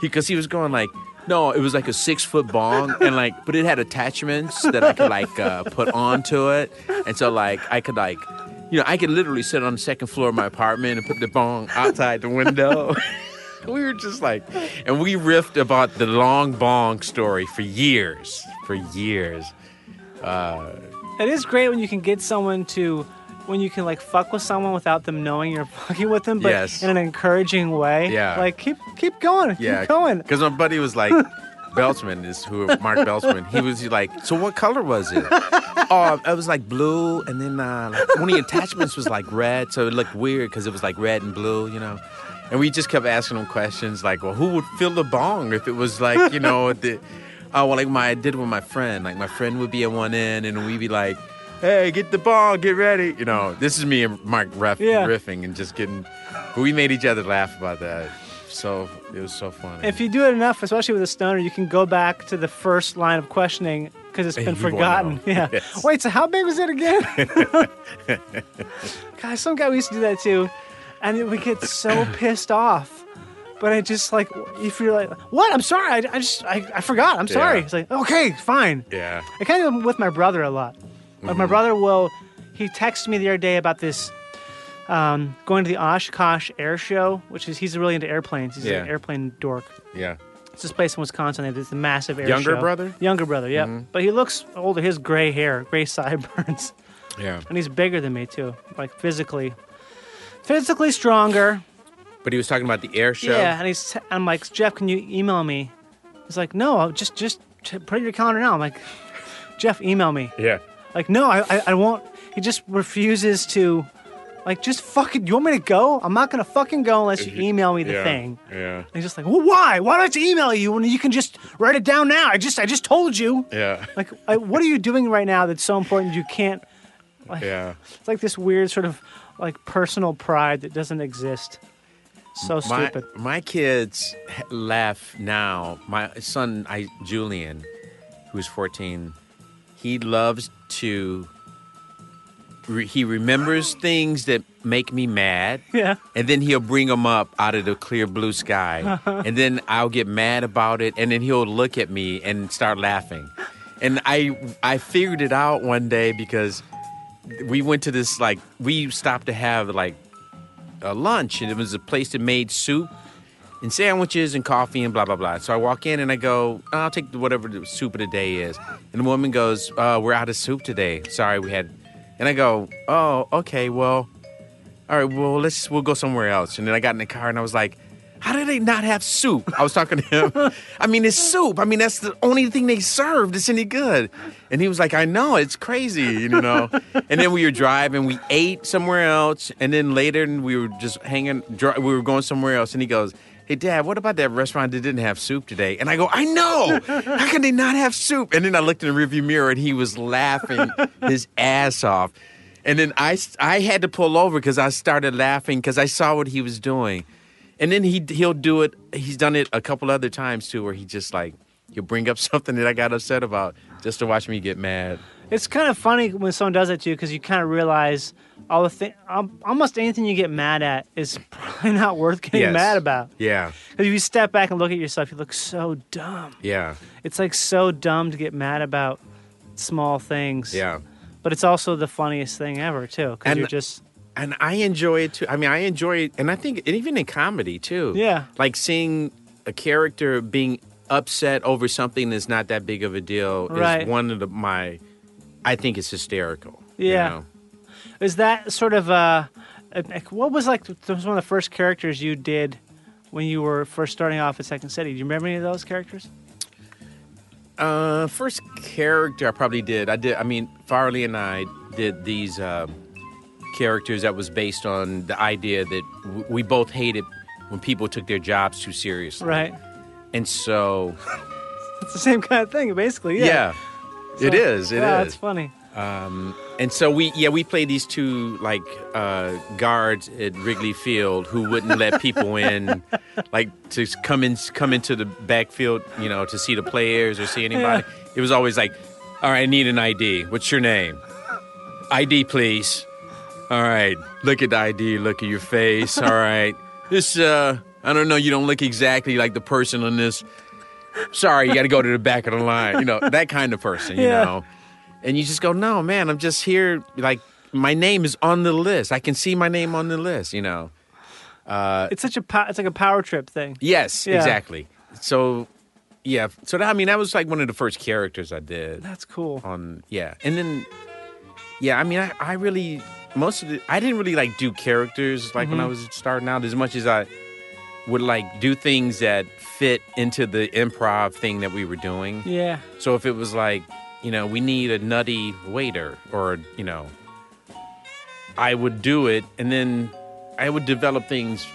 Speaker 3: he because he was going like, no, it was like a six foot bong and like, but it had attachments that I could like uh, put onto it, and so like I could like, you know, I could literally sit on the second floor of my apartment and put the bong outside the window. we were just like, and we riffed about the long bong story for years, for years.
Speaker 2: It is great when you can get someone to, when you can like fuck with someone without them knowing you're fucking with them, but
Speaker 3: Yes.
Speaker 2: in an encouraging way.
Speaker 3: Yeah.
Speaker 2: Like keep keep going.
Speaker 3: Yeah,
Speaker 2: Keep going.
Speaker 3: Because my buddy was like, Belchman is who Mark Belchman. He was like, so what color was it? Oh, it was like blue, and then uh, like one of the attachments was like red, so it looked weird because it was like red and blue, you know. And we just kept asking him questions like, well, who would fill the bong if it was like, you know, the, oh, well, like my I did with my friend. Like my friend would be at one end, and we'd be like, hey, get the bong, get ready. You know, this is me and Mark ref-
Speaker 2: Yeah.
Speaker 3: riffing and just getting. But we made each other laugh about that. So it was so funny.
Speaker 2: If you do it enough, especially with a stoner, you can go back to the first line of questioning because it's
Speaker 3: Hey,
Speaker 2: been
Speaker 3: you wanna
Speaker 2: forgotten.
Speaker 3: know.
Speaker 2: Yeah.
Speaker 3: Yes.
Speaker 2: Wait, so how big was it again? Guys, some guy we used to do that too, and we get so pissed off. But I just like if you're like, what? I'm sorry. I, I just I, I forgot. I'm sorry.
Speaker 3: Yeah.
Speaker 2: It's like okay, fine.
Speaker 3: yeah.
Speaker 2: I kind of with my brother a lot. Like
Speaker 3: Mm-hmm.
Speaker 2: my brother will, he texted me the other day about this um, going to the Oshkosh Air Show, which is he's really into airplanes. He's
Speaker 3: Yeah.
Speaker 2: an airplane dork.
Speaker 3: Yeah.
Speaker 2: It's this place in Wisconsin. They have this massive air
Speaker 3: Younger
Speaker 2: show.
Speaker 3: brother? Mm-hmm.
Speaker 2: Younger brother, yeah. But he looks older. He has gray hair, gray sideburns,
Speaker 3: Yeah.
Speaker 2: and he's bigger than me too. Like physically, physically stronger.
Speaker 3: But he was talking about the air show.
Speaker 2: Yeah, and he's I'm like, Jeff, can you email me? He's like, No, I'll just just t- put it in your calendar now. I'm like, Jeff, email me.
Speaker 3: Yeah.
Speaker 2: Like, no, I, I, I won't. He just refuses to. Like, just fucking. You want me to go? I'm not gonna fucking go unless you email me the
Speaker 3: yeah.
Speaker 2: thing.
Speaker 3: Yeah.
Speaker 2: And he's just like, well, why? Why do I have to email you when you can just write it down now? I just, I just told you.
Speaker 3: Yeah.
Speaker 2: Like, I, what are you doing right now that's so important you can't? Like,
Speaker 3: Yeah.
Speaker 2: It's like this weird sort of like personal pride that doesn't exist. So
Speaker 3: My,
Speaker 2: stupid.
Speaker 3: my kids ha- laugh now. My son, I, Julian, who's 14, he loves to. Re- he remembers things that make me mad.
Speaker 2: Yeah.
Speaker 3: and then he'll bring them up out of the clear blue sky and then i'll get mad about it and then he'll look at me and start laughing and i i figured it out one day because we went to this like we stopped to have like a lunch and it was a place that made soup and sandwiches and coffee and blah blah blah. So I walk in and I go, "Oh, I'll take whatever the soup of the day is. And the woman goes, uh, "We're out of soup today. Sorry, we had." And I go, "Oh, okay. Well, all right. Well, let's we'll go somewhere else." And then I got in the car and I was like, "How do they not have soup?" I was talking to him. I mean, it's soup. I mean, that's the only thing they serve that's any good. And he was like, "I know. It's crazy, you know." and then we were driving. We ate somewhere else, and then later we were just hanging. Dri- we were going somewhere else, and he goes hey dad what about that restaurant that didn't have soup today and i go i know how can they not have soup and then i looked in the rearview mirror and he was laughing his ass off and then i, I had to pull over because i started laughing because i saw what he was doing and then he he'll do it he's done it a couple other times too where he just like he'll bring up something that i got upset about just to watch me get mad
Speaker 2: It's kind of funny when someone does that to you because you kind of realize all the thing, almost anything you get mad at is probably not worth getting
Speaker 3: Yes.
Speaker 2: mad about.
Speaker 3: yeah
Speaker 2: If you step back and look at yourself, you look so dumb.
Speaker 3: yeah
Speaker 2: It's like so dumb to get mad about small things.
Speaker 3: yeah
Speaker 2: But it's also the funniest thing ever, too, because
Speaker 3: And-
Speaker 2: you're just,
Speaker 3: and I enjoy it too. I mean, I enjoy it, and I think and even in comedy too.
Speaker 2: Yeah.
Speaker 3: like seeing a character being upset over something that's not that big of a deal
Speaker 2: Right.
Speaker 3: is one of the my. I think it's hysterical.
Speaker 2: Yeah.
Speaker 3: you know?
Speaker 2: is that sort of, uh, like, what was like th- was one of the first characters you did when you were first starting off at Second City? Do you remember any of those characters?
Speaker 3: Uh, first character I probably did. I did. I mean, Farley and I did these uh, characters that was based on the idea that w- we both hated when people took their jobs too seriously,
Speaker 2: Right.
Speaker 3: and so
Speaker 2: It's the same kind of thing, basically. Yeah.
Speaker 3: yeah, it is. It is.
Speaker 2: yeah, It's funny.
Speaker 3: And so we, yeah, we played these two like uh, guards at Wrigley Field who wouldn't let people in, like to come in, come into the backfield, you know, to see the players or see anybody. It was always like, all right, I need an ID. What's your name? ID, please. All right, look at the ID. Look at your face. All right, this, uh, I don't know. You don't look exactly like the person on this. Sorry, you got to go to the back of the line. You know that kind of person. You
Speaker 2: Yeah.
Speaker 3: know and you just go, no, man, I'm just here. Like my name is on the list. I can see my name on the list. You know. Uh,
Speaker 2: It's such a, po- it's like a power trip thing.
Speaker 3: Yes,
Speaker 2: Yeah.
Speaker 3: exactly. So, yeah. So that, I mean, that was like one of the first characters I did
Speaker 2: That's cool.
Speaker 3: on. Yeah, and then, yeah. I mean, I, I really most of the I didn't really like do characters like when I was starting out as much as I would like do things that fit into the improv thing that we were doing.
Speaker 2: Yeah.
Speaker 3: So if it was like, you know, we need a nutty waiter or, you know, I would do it and then I would develop things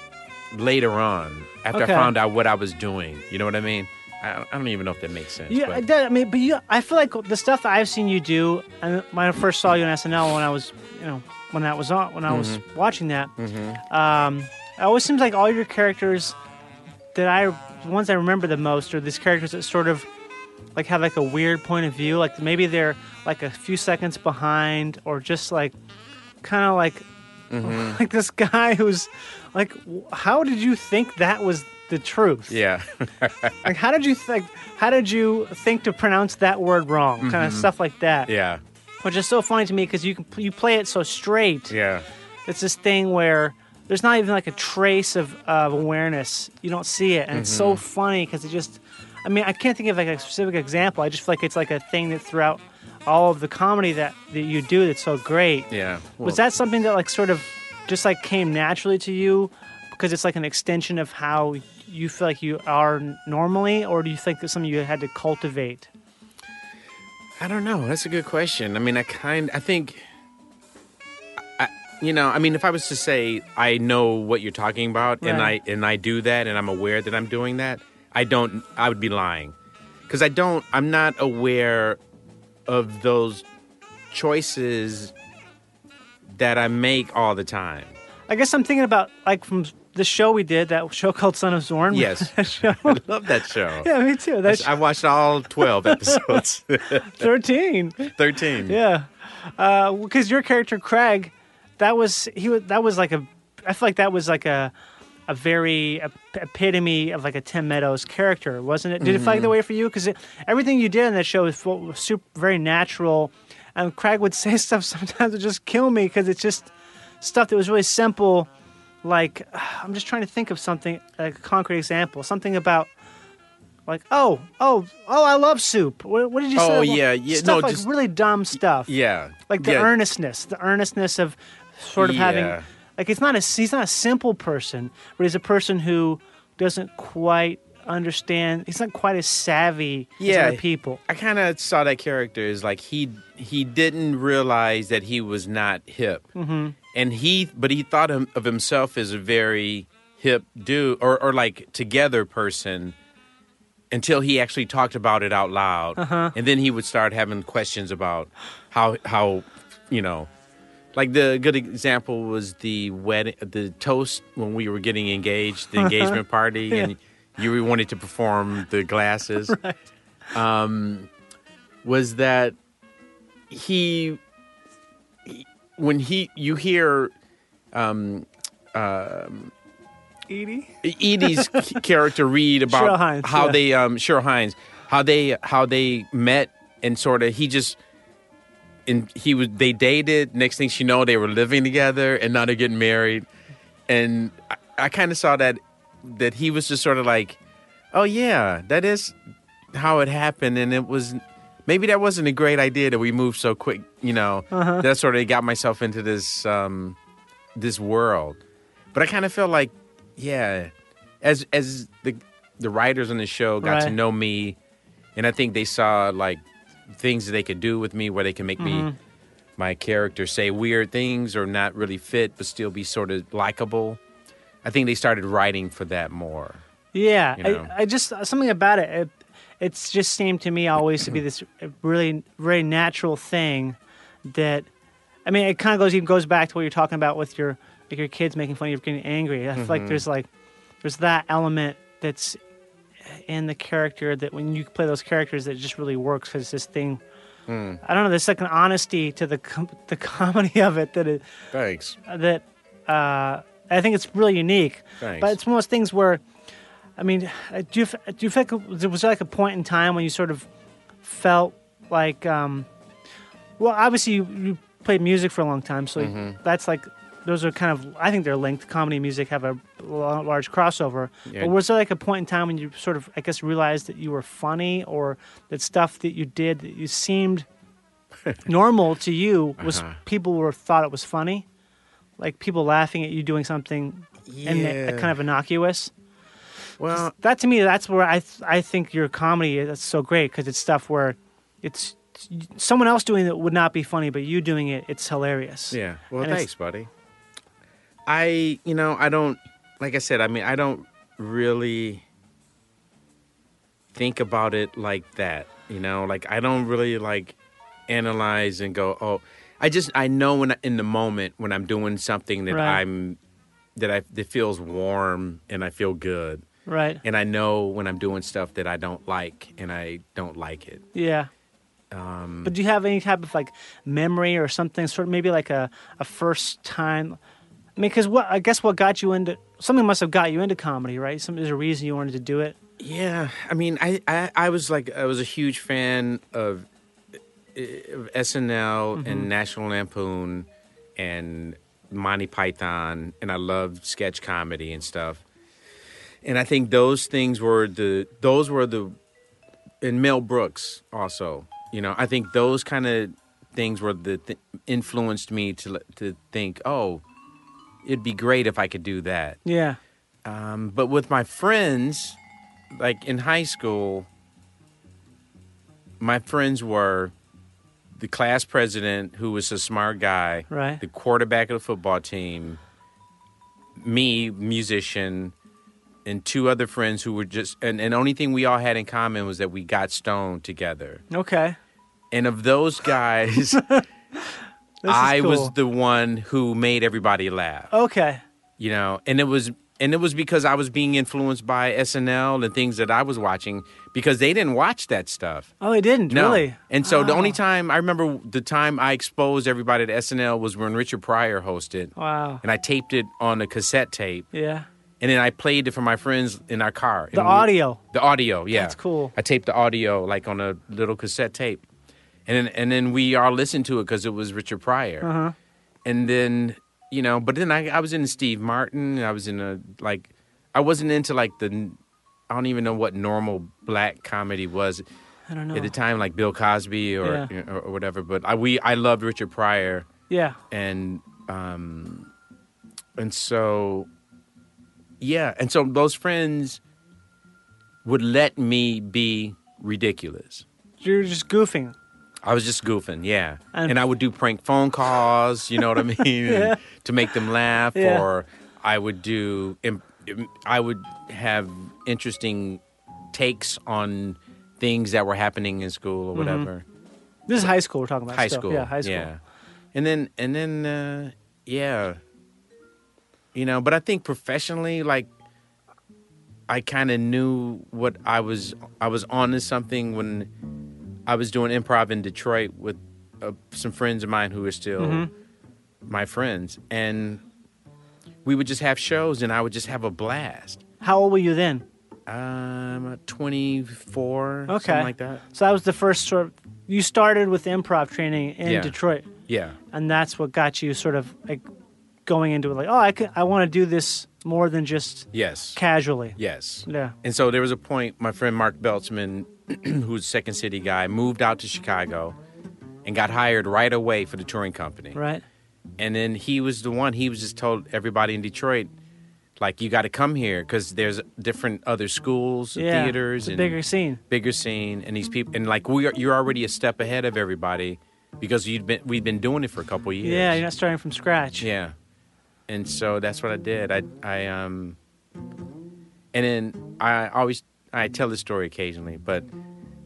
Speaker 3: later on after
Speaker 2: Okay.
Speaker 3: I found out what I was doing. You know what I mean? I, I don't even know if that makes sense.
Speaker 2: Yeah,
Speaker 3: but-
Speaker 2: I, did- I mean, but you, I feel like the stuff that I've seen you do, and when I first saw you on SNL, when I was, you know, when that was on, when I was
Speaker 3: Mm-hmm.
Speaker 2: watching that, um, it always seems like all your characters that I, the ones I remember the most, are these characters that sort of like have like a weird point of view. Like maybe they're like a few seconds behind, or just like kind of like
Speaker 3: Mm-hmm.
Speaker 2: like this guy who's like, w- how did you think that was the truth?
Speaker 3: yeah.
Speaker 2: Like, how did you think? How did you think to pronounce that word wrong? Kind of stuff like that.
Speaker 3: Mm-hmm. yeah.
Speaker 2: Which is so funny to me because you can you play it so straight.
Speaker 3: Yeah.
Speaker 2: It's this thing where there's not even like a trace of, of awareness. You don't see it, and it's
Speaker 3: Mm-hmm.
Speaker 2: so funny because it just. I mean, I can't think of like a specific example. I just feel like it's like a thing that throughout all of the comedy that, that you do that's so great.
Speaker 3: Yeah.
Speaker 2: Was that something that like sort of just like came naturally to you because it's like an extension of how you feel like you are n- normally, or do you think that's something you had to cultivate?
Speaker 3: I don't know. That's a good question. I mean, I kind, I think, I, you know, I mean, if I was to say I know what you're talking about, and I
Speaker 2: Right.
Speaker 3: and I do that, and I'm aware that I'm doing that, I don't. I would be lying, because I don't. I'm not aware of those choices that I make all the time.
Speaker 2: I guess I'm thinking about like from the show we did, that show called Son of Zorn.
Speaker 3: Yes.
Speaker 2: That show.
Speaker 3: I love that show.
Speaker 2: yeah, me too. That's
Speaker 3: I watched all twelve episodes,
Speaker 2: 13.
Speaker 3: thirteen.
Speaker 2: Yeah, because your character Craig, that was he was that was like a, I feel like that was like a, a very ep- epitome of like a Tim Meadows character, wasn't it? Did
Speaker 3: Mm-hmm.
Speaker 2: it feel like the way for you? Because everything you did in that show was full, was super, very natural, and Craig would say stuff sometimes that just kill me because it's just stuff that was really simple. Like I'm just trying to think of something like a concrete example, something about. Like oh oh oh I love soup. What, what did you say?
Speaker 3: Oh, yeah, yeah,
Speaker 2: Stuff
Speaker 3: no,
Speaker 2: like
Speaker 3: just-
Speaker 2: really dumb stuff
Speaker 3: yeah.
Speaker 2: like the
Speaker 3: yeah.
Speaker 2: earnestness, the earnestness of sort of
Speaker 3: Yeah.
Speaker 2: having like it's not a he's not a simple person, but he's a person who doesn't quite understand. He's not quite as savvy
Speaker 3: Yeah.
Speaker 2: as other people.
Speaker 3: I kind of saw that character as like he he didn't realize that he was not hip, mm-hmm. and he but he thought him, of himself as a very hip dude or or like together person until he actually talked about it out loud, and then he would start having questions about how how you know. Like the good example was the wedding, the toast when we were getting engaged, the engagement party, and you wanted to perform the glasses was that he, he- when he you hear
Speaker 2: Edie,
Speaker 3: Edie's c- character read
Speaker 2: Cheryl
Speaker 3: about
Speaker 2: Hines,
Speaker 3: how
Speaker 2: yeah.
Speaker 3: they um Cheryl Hines how they how they met and sort of he just and he was they dated next thing she know they were living together and now they're getting married and I, I kind of saw that that he was just sort of like oh yeah that is how it happened and it was maybe that wasn't a great idea that we moved so quick you know that sort of got myself into this um this world but i kind of feel like yeah as as the the writers on the show got to
Speaker 2: Right.
Speaker 3: know me and i think they saw like things that they could do with me where they can make me my character say weird things or not really fit but still be sort of likable i think they started writing for that more
Speaker 2: yeah,
Speaker 3: You know.
Speaker 2: I, I just uh, something about it. it. It's just seemed to me always to be this really very natural thing that, I mean, it kind of goes even goes back to what you're talking about with your like your kids making fun of you for getting angry. I feel
Speaker 3: Mm-hmm.
Speaker 2: like there's like there's that element that's in the character that when you play those characters that just really works because this thing
Speaker 3: Mm.
Speaker 2: i don't know there's like an honesty to the com- the comedy of it that it,
Speaker 3: thanks
Speaker 2: that uh, i think it's really unique
Speaker 3: Thanks.
Speaker 2: but it's one of those things where i mean uh, do you, f- do you feel like there was there like a point in time when you sort of felt like um well obviously you, you played music for a long time so
Speaker 3: Mm-hmm.
Speaker 2: that's like those are kind of i think they're linked comedy and music have a lo- large crossover
Speaker 3: Yeah.
Speaker 2: but was there like a point in time when you sort of i guess realized that you were funny or that stuff that you did that you seemed normal to you was
Speaker 3: Uh-huh.
Speaker 2: people were thought it was funny like people laughing at you doing something and that-
Speaker 3: Yeah.
Speaker 2: kind of innocuous
Speaker 3: Well,
Speaker 2: That to me, that's where I th- I think your comedy is that's so great because it's stuff where it's someone else doing it would not be funny, but you doing it, it's hilarious.
Speaker 3: yeah. Well,
Speaker 2: And it's-
Speaker 3: thanks, buddy. I, you know, I don't, like I said, I mean, I don't really think about it like that, you know, like I don't really like analyze and go, oh, I just, I know when I, in the moment when I'm doing something that
Speaker 2: Right.
Speaker 3: I'm, that I, that feels warm and I feel good.
Speaker 2: Right.
Speaker 3: and I know when I'm doing stuff that I don't like, and I don't like it.
Speaker 2: Yeah.
Speaker 3: Um,
Speaker 2: but do you have any type of like memory or something, sort of maybe like a, a first time? I mean, because what I guess what got you into something must have got you into comedy, right? Some there's a reason you wanted to do it.
Speaker 3: Yeah, I mean, I I, I was like, I was a huge fan of, eh, of SNL and National Lampoon, and Monty Python, and I loved sketch comedy and stuff. And I think those things were the those were the, and Mel Brooks also. You know, I think those kind of things were the th- influenced me to to think, oh, it'd be great if I could do that.
Speaker 2: Yeah.
Speaker 3: but with my friends, like in high school, my friends were the class president, who was a smart guy,
Speaker 2: Right.
Speaker 3: the quarterback of the football team, me, musician, and two other friends who were just, and, and only thing we all had in common was that we got stoned together.
Speaker 2: Okay.
Speaker 3: And of those guys,
Speaker 2: This is
Speaker 3: I was
Speaker 2: cool.
Speaker 3: the one who made everybody laugh
Speaker 2: Okay.
Speaker 3: you know and it was and it was because i was being influenced by snl and things that i was watching because they didn't watch that stuff
Speaker 2: Oh, I didn't
Speaker 3: no
Speaker 2: really. Oh.
Speaker 3: and so the only time i remember the time i exposed everybody to snl was when richard pryor hosted
Speaker 2: Wow.
Speaker 3: and i taped it on a cassette tape
Speaker 2: Yeah.
Speaker 3: and then i played it for my friends in our car
Speaker 2: The
Speaker 3: And we-
Speaker 2: audio.
Speaker 3: the audio yeah
Speaker 2: That's cool.
Speaker 3: i taped the audio like on a little cassette tape and then, and then we all listened to it because it was richard pryor
Speaker 2: Uh-huh.
Speaker 3: and then you know but then I, I was into steve martin i was in a like i wasn't into like the i don't even know what normal black comedy was
Speaker 2: I don't know.
Speaker 3: at the time like bill cosby or,
Speaker 2: Yeah.
Speaker 3: you know, or whatever but i we i loved richard pryor
Speaker 2: Yeah.
Speaker 3: and um and so yeah and so those friends would let me be ridiculous
Speaker 2: You're just goofing.
Speaker 3: I was just goofing, yeah.
Speaker 2: And-
Speaker 3: And, I would do prank phone calls, you know what I mean, and to make them laugh.
Speaker 2: Yeah.
Speaker 3: Or I would do, im- im- I would have interesting takes on things that were happening in school or whatever.
Speaker 2: This is high school we're talking about.
Speaker 3: High
Speaker 2: still.
Speaker 3: school,
Speaker 2: Yeah, high school.
Speaker 3: yeah. And then, and then, uh, yeah, you know. But I think professionally, like, I kind of knew what I was. I was on to something when I was doing improv in Detroit with uh, some friends of mine who are still
Speaker 2: Mm-hmm.
Speaker 3: my friends, and we would just have shows, and I would just have a blast.
Speaker 2: How old were you then?
Speaker 3: Um, twenty four,
Speaker 2: Okay.
Speaker 3: something like that.
Speaker 2: So that was the first sort of. You started with improv training in
Speaker 3: Yeah.
Speaker 2: Detroit,
Speaker 3: Yeah,
Speaker 2: and that's what got you sort of like going into it. Like, oh, I could, I want to do this more than just
Speaker 3: yes,
Speaker 2: casually.
Speaker 3: yes,
Speaker 2: Yeah.
Speaker 3: And so there was a point my friend Mark Beltzman, who's a Second City guy, moved out to Chicago and got hired right away for the touring company.
Speaker 2: Right.
Speaker 3: And then he was the one, he was just told everybody in Detroit, like, you got to come here because there's different other schools, and
Speaker 2: yeah.
Speaker 3: theaters,
Speaker 2: It's a
Speaker 3: and
Speaker 2: bigger scene.
Speaker 3: bigger scene. And these people, and like, we are, you're already a step ahead of everybody because you'd been, we've been doing it for a couple years.
Speaker 2: Yeah, you're not starting from scratch.
Speaker 3: Yeah. And so that's what I did. I I um and then I always I tell this story occasionally, but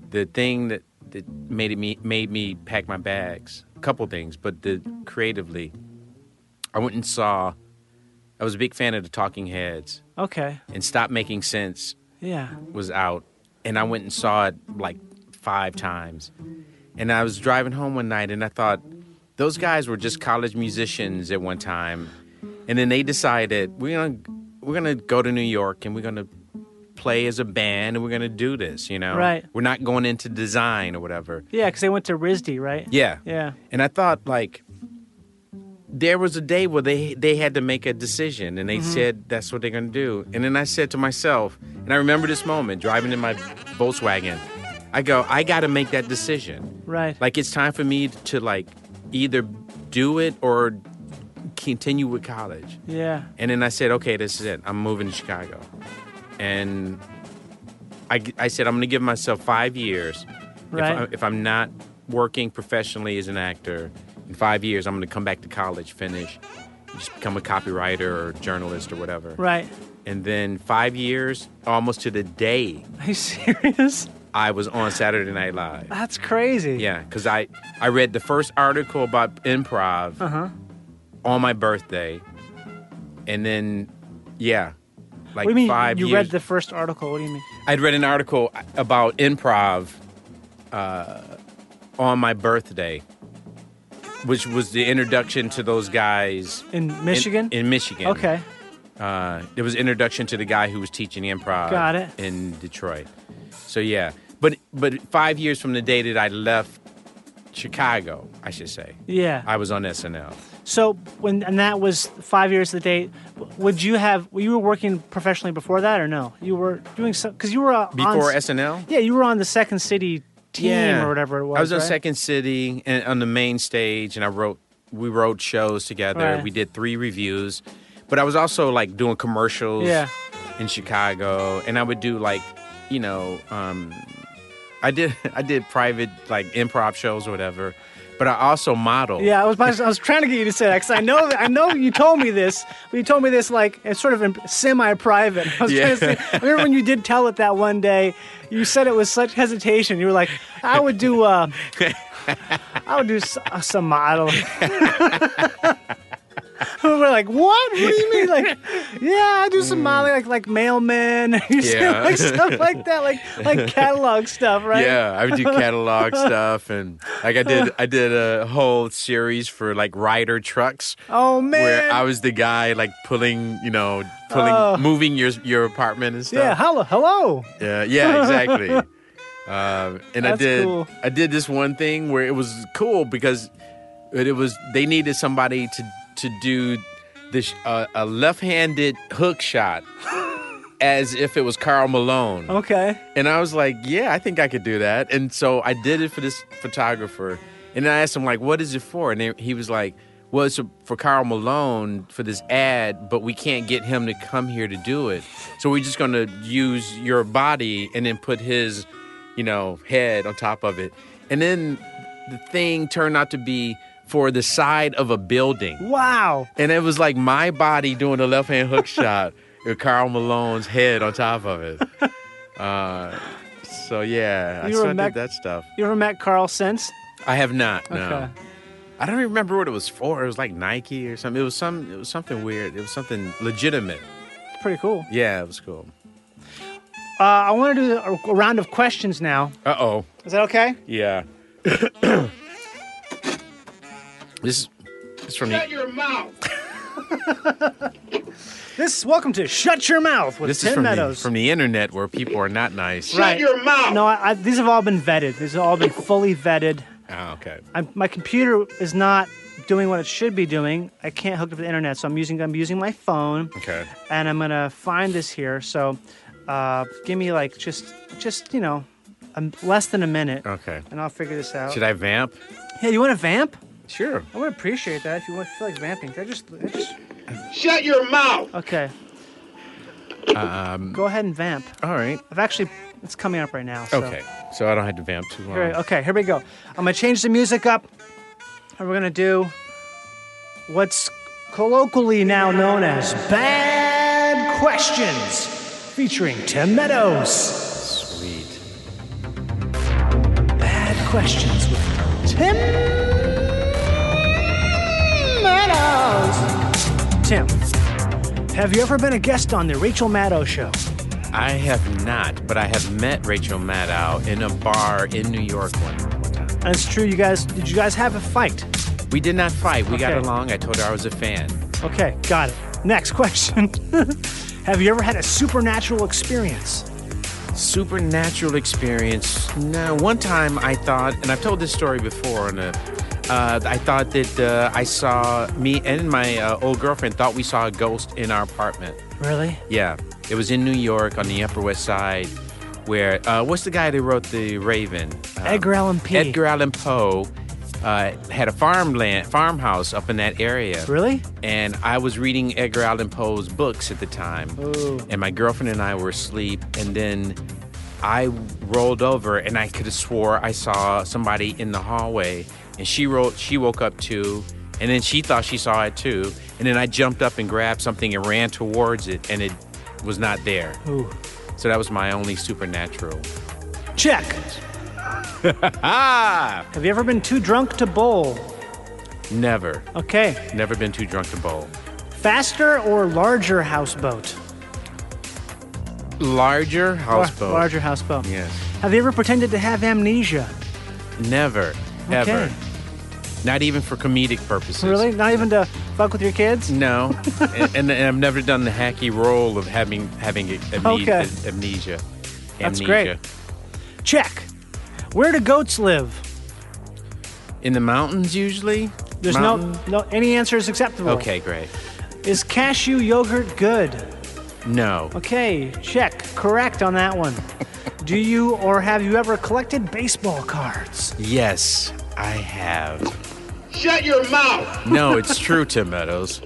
Speaker 3: the thing that, that made it me made me pack my bags, a couple things, but the creatively I went and saw I was a big fan of the Talking Heads
Speaker 2: Okay.
Speaker 3: and Stop Making Sense
Speaker 2: Yeah.
Speaker 3: was out and I went and saw it like five times. And I was driving home one night and I thought, those guys were just college musicians at one time. And then they decided we're gonna we're gonna go to New York and we're gonna play as a band and we're gonna do this, you know.
Speaker 2: Right.
Speaker 3: We're not going into design or whatever.
Speaker 2: Yeah, because they went to RISD, right?
Speaker 3: Yeah.
Speaker 2: Yeah.
Speaker 3: And I thought like there was a day where they they had to make a decision and they said that's what they're going to do. And then I said to myself, and I remember this moment driving in my Volkswagen. I go, I got to make that decision.
Speaker 2: Right.
Speaker 3: Like it's time for me to like either do it or continue with college.
Speaker 2: yeah.
Speaker 3: And then I said, okay, this is it. I'm moving to Chicago. and I, g- I said I'm going to give myself five years.
Speaker 2: Right.
Speaker 3: If, I, if I'm not working professionally as an actor, in five years I'm going to come back to college, finish, just become a copywriter or journalist or whatever.
Speaker 2: Right.
Speaker 3: And then five years, almost to the day,
Speaker 2: Are you serious?
Speaker 3: I was on Saturday Night Live.
Speaker 2: That's crazy.
Speaker 3: Yeah, because I I read the first article about improv
Speaker 2: Uh huh.
Speaker 3: on my birthday, and then yeah,
Speaker 2: What
Speaker 3: like
Speaker 2: do you mean?
Speaker 3: five
Speaker 2: you
Speaker 3: years.
Speaker 2: read the first article. What do you mean?
Speaker 3: I'd read an article about improv uh, on my birthday, which was the introduction to those guys
Speaker 2: In
Speaker 3: in-
Speaker 2: Michigan.
Speaker 3: In, Michigan,
Speaker 2: okay.
Speaker 3: Uh, it was introduction to the guy who was teaching improv.
Speaker 2: Got it.
Speaker 3: In Detroit, so yeah, but but five years from the day that I left Chicago, I should say,
Speaker 2: Yeah.
Speaker 3: I was on SNL.
Speaker 2: so when and that was five years to the date. w- Would you have? You were working professionally before that, or no? You were doing some because you were uh,
Speaker 3: Before
Speaker 2: on, s-
Speaker 3: SNL,
Speaker 2: Yeah, you were on the Second City team or whatever it was.
Speaker 3: I was on
Speaker 2: right?
Speaker 3: Second City and on the main stage, and I wrote. We wrote shows together.
Speaker 2: Right.
Speaker 3: We did three reviews, but I was also like doing commercials
Speaker 2: Yeah.
Speaker 3: in Chicago, and I would do like, you know, um, I did I did private like improv shows or whatever, but I also modeled.
Speaker 2: Yeah, I was about, I was trying to get you to say that because I know I know you told me this, but you told me this like it's sort of in semi-private. I was
Speaker 3: Yeah.
Speaker 2: trying to say. I remember when you did tell it that one day. You said it with such hesitation. You were like, "I would do, uh, I would do s- uh, some modeling." we're like, "What? What do you mean?" Like, yeah, I do some modeling, like like mailman, you said,
Speaker 3: Mm. Yeah.
Speaker 2: like stuff like that, like like catalog stuff, right?
Speaker 3: Yeah, I would do catalog stuff and like I did I did a whole series for like rider trucks.
Speaker 2: Oh man.
Speaker 3: where I was the guy like pulling, you know, pulling,
Speaker 2: Oh.
Speaker 3: moving your your apartment and
Speaker 2: yeah.
Speaker 3: stuff.
Speaker 2: Hello. Hello.
Speaker 3: Yeah, yeah, yeah, exactly. um, and I
Speaker 2: That's
Speaker 3: did
Speaker 2: cool.
Speaker 3: I did this one thing where it was cool because it, it was they needed somebody to to do this uh, a left-handed hook shot as if it was Carl Malone.
Speaker 2: Okay.
Speaker 3: And I was like, yeah, I think I could do that. And so I did it for this photographer. And I asked him, like, what is it for? And he was like, well, it's for Carl Malone for this ad, but we can't get him to come here to do it. So we're just going to use your body and then put his, you know, head on top of it. And then the thing turned out to be for the side of a building.
Speaker 2: Wow.
Speaker 3: And it was like my body doing a left hand hook shot with Carl Malone's head on top of it. Uh, so yeah,
Speaker 2: You
Speaker 3: I
Speaker 2: were
Speaker 3: still
Speaker 2: Mac-
Speaker 3: did that stuff.
Speaker 2: You ever met Carl since?
Speaker 3: I have not. No,
Speaker 2: Okay.
Speaker 3: I don't even remember what it was for. It was like Nike or something. It was some. It was something weird. It was something legitimate.
Speaker 2: It's pretty cool.
Speaker 3: Yeah, it was cool.
Speaker 2: Uh, I want to do a, a round of questions now.
Speaker 3: Uh oh.
Speaker 2: Is that okay?
Speaker 3: Yeah. this is this is from
Speaker 4: Shut
Speaker 3: the,
Speaker 4: your mouth.
Speaker 2: This welcome to Shut Your Mouth with
Speaker 3: this
Speaker 2: Tim
Speaker 3: is from the,
Speaker 2: Meadows.
Speaker 3: from the internet where people are not nice.
Speaker 4: Shut your mouth.
Speaker 2: No, I, I, these have all been vetted. These have all been fully vetted.
Speaker 3: Oh, okay.
Speaker 2: I'm, my computer is not doing what it should be doing. I can't hook it up to the internet, so I'm using I'm using my phone,
Speaker 3: Okay.
Speaker 2: and I'm gonna find this here. So, uh, give me like just just you know, um, less than a minute,
Speaker 3: Okay.
Speaker 2: and I'll figure this out.
Speaker 3: Uh, Should I vamp?
Speaker 2: Hey, you want to vamp?
Speaker 3: Sure.
Speaker 2: I would appreciate that if you want feel like vamping. Can I just, I just
Speaker 4: Shut your mouth.
Speaker 2: Okay. Um, Go ahead and vamp.
Speaker 3: All right.
Speaker 2: I've actually, it's coming up right now. So.
Speaker 3: Okay. So I don't have to vamp too long.
Speaker 2: Here, okay, here we go. I'm going to change the music up, and we're going to do what's colloquially now known as Bad Questions, featuring Tim Meadows.
Speaker 3: Sweet.
Speaker 2: Bad Questions with Tim Meadows. Tim, have you ever been a guest on The Rachel Maddow Show?
Speaker 3: I have not, but I have met Rachel Maddow in a bar in New York one, one time.
Speaker 2: And it's true, you guys, did you guys have a fight?
Speaker 3: We did not fight. We got
Speaker 2: Okay.
Speaker 3: along. I told her I was a fan.
Speaker 2: Okay, got it. Next question. Have you ever had a supernatural experience?
Speaker 3: Supernatural experience. No, one time I thought, and I've told this story before on a. Uh, I thought that uh, I saw me and my uh, old girlfriend thought we saw a ghost in our apartment.
Speaker 2: Really?
Speaker 3: Yeah, it was in New York on the Upper West Side, where uh, what's the guy that wrote the Raven? Um,
Speaker 2: Edgar Allan Poe.
Speaker 3: Edgar Allan Poe uh, had a farmland farmhouse up in that area.
Speaker 2: Really?
Speaker 3: And I was reading Edgar Allan Poe's books at the time.
Speaker 2: Ooh.
Speaker 3: And my girlfriend and I were asleep, and then I rolled over, and I could have swore I saw somebody in the hallway. And she rolled, she woke up too, and then she thought she saw it too. And then I jumped up and grabbed something and ran towards it, and it was not there.
Speaker 2: Ooh.
Speaker 3: So that was my only supernatural.
Speaker 2: Check.
Speaker 3: Ah!
Speaker 2: Have you ever been too drunk to bowl?
Speaker 3: Never,
Speaker 2: Okay.
Speaker 3: never been too drunk to bowl.
Speaker 2: Faster or larger houseboat?
Speaker 3: Larger
Speaker 2: Lar-
Speaker 3: houseboat.
Speaker 2: Larger houseboat.
Speaker 3: Yes.
Speaker 2: Have you ever pretended to have amnesia?
Speaker 3: Never, ever.
Speaker 2: Okay.
Speaker 3: Not even for comedic purposes.
Speaker 2: Really? Not even to fuck with your kids?
Speaker 3: No, and, and, and I've never done the hacky role of having having amne-
Speaker 2: Okay.
Speaker 3: amnesia.
Speaker 2: That's
Speaker 3: Amnesia.
Speaker 2: great. Check. Where do goats live?
Speaker 3: In the mountains, usually.
Speaker 2: There's
Speaker 3: Mountain-
Speaker 2: no no any answer is acceptable.
Speaker 3: Okay, great.
Speaker 2: Is cashew yogurt good?
Speaker 3: No,
Speaker 2: Okay, check. Correct on that one. Do you or have you ever collected baseball cards?
Speaker 3: yes, I have.
Speaker 4: Shut your mouth.
Speaker 3: No, it's true, Tim Meadows.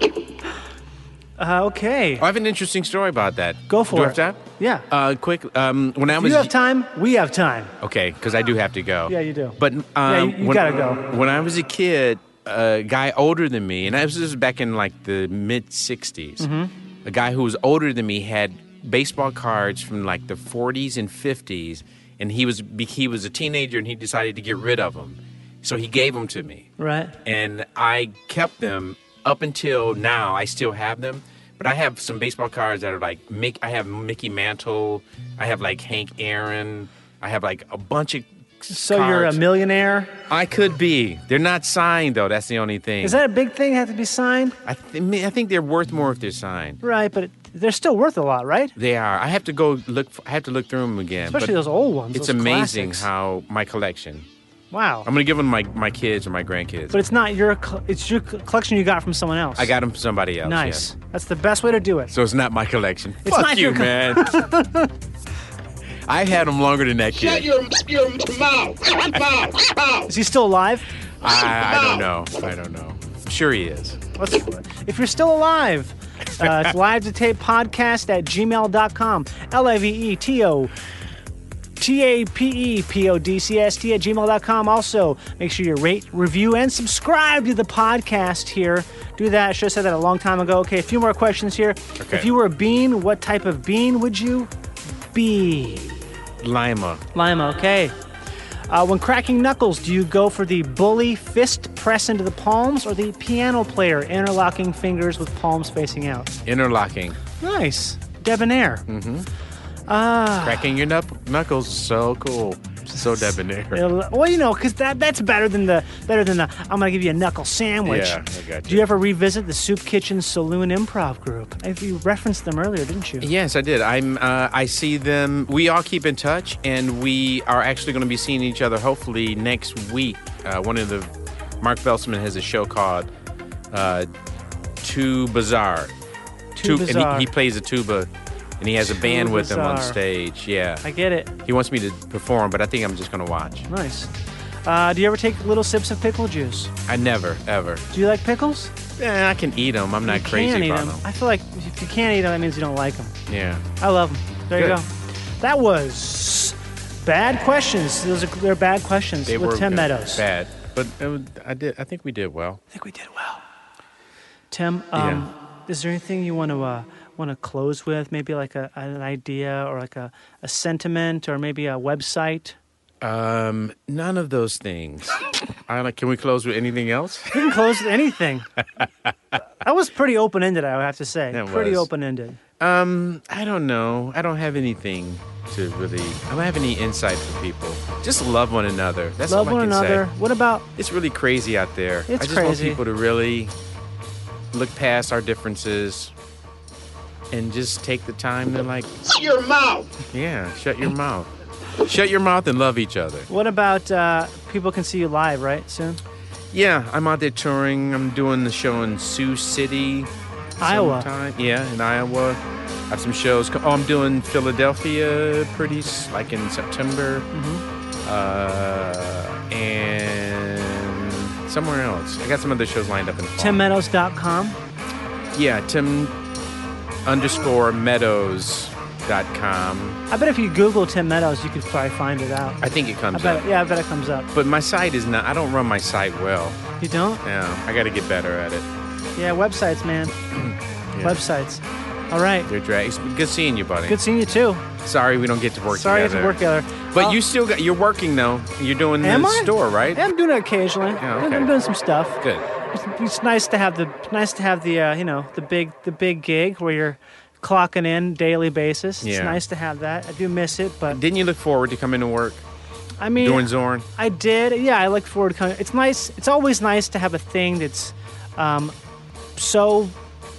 Speaker 2: Uh, okay.
Speaker 3: I have an interesting story about that.
Speaker 2: Go for
Speaker 3: Do I
Speaker 2: it.
Speaker 3: have time?
Speaker 2: Yeah.
Speaker 3: Uh, quick. Um, when I
Speaker 2: Do
Speaker 3: was
Speaker 2: you have time? We have time.
Speaker 3: Okay, because I do have to go.
Speaker 2: Yeah, you do.
Speaker 3: But um,
Speaker 2: you- you
Speaker 3: when,
Speaker 2: gotta go.
Speaker 3: When I was a kid, a guy older than me, and I was, this was back in like the mid '60s.
Speaker 2: Mm-hmm.
Speaker 3: A guy who was older than me had baseball cards from like the '40s and '50s, and he was he was a teenager, and he decided to get rid of them, so he gave them to me
Speaker 2: Right.
Speaker 3: and I kept them up until now. I still have them, but I have some baseball cards that are like Mick. I have Mickey Mantle. I have like Hank Aaron. I have like a bunch of.
Speaker 2: So you're a
Speaker 3: cards.
Speaker 2: millionaire?
Speaker 3: I could be. They're not signed though. That's the only thing.
Speaker 2: Is that a big thing? Have to be signed?
Speaker 3: I, th- I think they're worth more if they're signed.
Speaker 2: Right, but it, they're still worth a lot, right?
Speaker 3: They are. I have to go look. f I I have to look through them again. but
Speaker 2: Especially those old ones.
Speaker 3: It's
Speaker 2: those
Speaker 3: amazing
Speaker 2: classics.
Speaker 3: how my collection.
Speaker 2: Wow.
Speaker 3: I'm gonna give them my my kids or my grandkids.
Speaker 2: But it's not your. col- It's your co- collection you got from someone else.
Speaker 3: I got them from somebody else. yes.
Speaker 2: Nice. That's the best way to do it.
Speaker 3: So it's not my collection.
Speaker 2: It's
Speaker 3: Fuck
Speaker 2: not
Speaker 3: you,
Speaker 2: your co-
Speaker 3: man. I've had them longer than that
Speaker 4: Shut
Speaker 3: kid.
Speaker 4: your your mouth. Mouth. Mouth.
Speaker 2: Is he still alive?
Speaker 3: I, I don't know. I don't know. I'm sure he is.
Speaker 2: Let's, if you're still alive, uh, it's live to tape podcast at gmail.com. L I V E T O T A P E P O D C S T at gmail.com. Also, make sure you rate, review, and subscribe to the podcast here. Do that. I should have said that a long time ago. Okay, a few more questions here.
Speaker 3: Okay.
Speaker 2: If you were a bean, what type of bean would you be?
Speaker 3: Lima.
Speaker 2: Lima, okay. Uh, when cracking knuckles, do you go for the bully fist press into the palms or the piano player interlocking fingers with palms facing out?
Speaker 3: Interlocking.
Speaker 2: Nice. Debonair.
Speaker 3: Mm-hmm. Cracking your knuck- knuckles is so cool. So debonair.
Speaker 2: It'll- well, you know, because that, that's better than the better than the I'm gonna give you a knuckle sandwich.
Speaker 3: Yeah, I got
Speaker 2: Do you ever revisit the Soup Kitchen Saloon Improv Group? I, you referenced them earlier, didn't you?
Speaker 3: Yes, I did. I'm. Uh, I see them. We all keep in touch, and we are actually going to be seeing each other hopefully next week. Uh, one of the Mark Belsman has a show called uh, Too Bizarre.
Speaker 2: Too
Speaker 3: tu-
Speaker 2: bizarre.
Speaker 3: And he, he plays a tuba, and he has a
Speaker 2: Too
Speaker 3: band with him on
Speaker 2: bizarre.
Speaker 3: stage. Yeah,
Speaker 2: I get it.
Speaker 3: he wants me to perform, but I think I'm just gonna watch.
Speaker 2: Nice. Uh, do you ever take little sips of pickle juice?
Speaker 3: I never, ever.
Speaker 2: Do you like pickles?
Speaker 3: Eh, I can eat them. I'm not
Speaker 2: you
Speaker 3: crazy
Speaker 2: can eat
Speaker 3: about
Speaker 2: them. I feel like if you can't eat them, that means you don't like them.
Speaker 3: Yeah.
Speaker 2: I love them. There you
Speaker 3: Good.
Speaker 2: go. That was bad questions. Those are they're bad questions
Speaker 3: They
Speaker 2: with
Speaker 3: were
Speaker 2: Tim
Speaker 3: good-
Speaker 2: Meadows.
Speaker 3: Bad, but it was- I did. I think we did well.
Speaker 2: I think we did well. Tim, um, is there anything you want to uh, want to close with? Maybe like a, an idea or like a, a sentiment or maybe a website.
Speaker 3: Um, none of those things. I like. Can we close with anything else?
Speaker 2: You can close with anything. that was pretty open ended. I would have to say,
Speaker 3: That
Speaker 2: pretty
Speaker 3: was.
Speaker 2: open ended.
Speaker 3: Um, I don't know. I don't have anything to really. I don't have any insight for people. Just love one another. That's
Speaker 2: Love
Speaker 3: all I
Speaker 2: one
Speaker 3: can
Speaker 2: another.
Speaker 3: say.
Speaker 2: What about
Speaker 3: It's really crazy out there. I
Speaker 2: It's
Speaker 3: just want
Speaker 2: crazy.
Speaker 3: people to really look past our differences and just take the time to like,
Speaker 4: Shut your mouth.
Speaker 3: yeah, shut your mouth. Shut your mouth and love each other.
Speaker 2: what about uh, people can see you live right soon?
Speaker 3: Yeah, I'm out there touring. I'm doing the show in Sioux City,
Speaker 2: Iowa.
Speaker 3: sometime. Yeah, in Iowa. I have some shows. co- Oh, I'm doing Philadelphia pretty s-
Speaker 2: Mm-hmm.
Speaker 3: like in September. Uh, and somewhere else. I got some other shows lined up in the fall.
Speaker 2: TimMeadows.com.
Speaker 3: Yeah, Tim underscore Meadows dot com.
Speaker 2: I bet if you Google Tim Meadows, you could probably find it out.
Speaker 3: I think it
Speaker 2: I
Speaker 3: comes
Speaker 2: bet.
Speaker 3: up.
Speaker 2: It, yeah, I bet it comes up.
Speaker 3: But my site is not. I don't run my site well.
Speaker 2: You don't?
Speaker 3: Yeah, I got to get better at it.
Speaker 2: Yeah, websites, man. Websites. All right.
Speaker 3: They're drags. Good seeing you, buddy.
Speaker 2: Good seeing you too.
Speaker 3: Sorry, we don't get to work
Speaker 2: Sorry you have
Speaker 3: together.
Speaker 2: to work together.
Speaker 3: But
Speaker 2: Uh,
Speaker 3: you still got. You're working though. You're doing the
Speaker 2: Am I?
Speaker 3: store, right?
Speaker 2: Yeah, I'm doing it occasionally.
Speaker 3: Yeah,
Speaker 2: I'm-
Speaker 3: okay.
Speaker 2: I'm doing some stuff.
Speaker 3: Good.
Speaker 2: It's, it's nice to have the nice to have the uh, you know the big the big gig where you're clocking in daily basis. It's
Speaker 3: Yeah.
Speaker 2: nice to have that. I do miss it, but
Speaker 3: Didn't you look forward to coming to work
Speaker 2: I mean,
Speaker 3: doing Zorn?
Speaker 2: I did. Yeah, I looked forward to coming. It's nice. It's always nice to have a thing that's um, so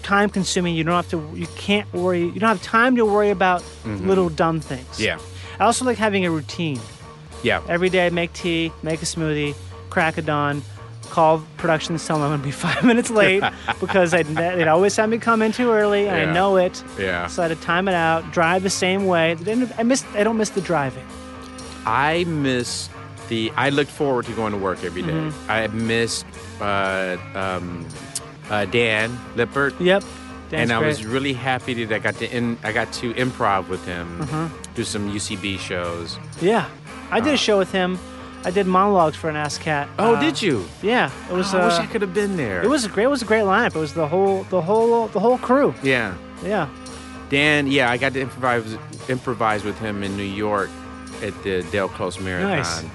Speaker 2: time consuming. You don't have to. You can't worry. You don't have time to worry about little dumb things.
Speaker 3: Mm-hmm. Yeah.
Speaker 2: I also like having a routine.
Speaker 3: Yeah.
Speaker 2: Every day, I make tea, make a smoothie, crack a dawn, call production, and tell them I'm going to be five minutes late because I'd, they'd always have me come in too early, and
Speaker 3: Yeah.
Speaker 2: I know it.
Speaker 3: Yeah.
Speaker 2: So I had to time it out, drive the same way. Then I miss. I don't miss the driving.
Speaker 3: I miss the. I looked forward to going to work every day.
Speaker 2: Mm-hmm.
Speaker 3: I missed uh, um, uh, Dan Lippert.
Speaker 2: Yep. Dan's
Speaker 3: and I
Speaker 2: great.
Speaker 3: was really happy that I got to in, I got to improv with him,
Speaker 2: Mm-hmm.
Speaker 3: do some UCB shows.
Speaker 2: Yeah, I did a show with him. I did monologues for an ass cat.
Speaker 3: Uh. Oh,
Speaker 2: Uh,
Speaker 3: did you?
Speaker 2: Yeah, it was.
Speaker 3: Oh, I wish
Speaker 2: uh,
Speaker 3: I could have been there.
Speaker 2: It was a great. It was a great lineup. It was the whole, the whole, the whole crew.
Speaker 3: Yeah,
Speaker 2: Yeah.
Speaker 3: Dan. Yeah, I got to improvise improvise with him in New York at the Del Close Marathon.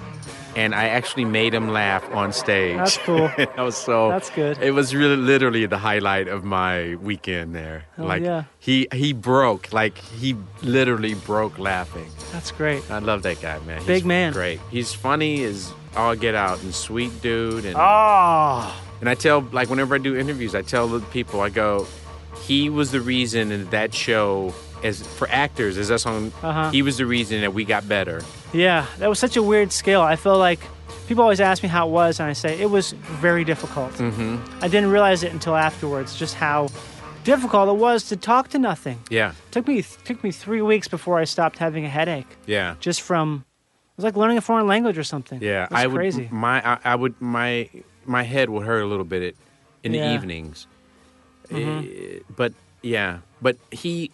Speaker 3: And I actually made him laugh on stage.
Speaker 2: That's cool.
Speaker 3: that was so.
Speaker 2: That's good.
Speaker 3: It was really literally the highlight of my weekend there.
Speaker 2: Hell
Speaker 3: like
Speaker 2: yeah.
Speaker 3: he he broke like he literally broke laughing.
Speaker 2: That's great.
Speaker 3: I love that guy, man. He's
Speaker 2: Big man.
Speaker 3: Great. He's funny as all get out and sweet dude. And,
Speaker 2: Oh,
Speaker 3: and I tell, like, whenever I do interviews, I tell the people, I go, he was the reason that that show, as for actors, as us on,
Speaker 2: Uh-huh.
Speaker 3: he was the reason that we got better.
Speaker 2: yeah. That was such a weird scale. I feel like people always ask me how it was, and I say it was very difficult. Mm-hmm. I didn't realize it until afterwards, just how difficult it was to talk to nothing.
Speaker 3: Yeah.
Speaker 2: took me took me three weeks before I stopped having a headache,
Speaker 3: Yeah.
Speaker 2: just from. It was like learning a foreign language or something.
Speaker 3: Yeah.
Speaker 2: It was
Speaker 3: I would,
Speaker 2: crazy.
Speaker 3: my, I, I would, my, my head would hurt a little bit in the
Speaker 2: Yeah. Mm-hmm.
Speaker 3: evenings. Eh, but yeah. But he,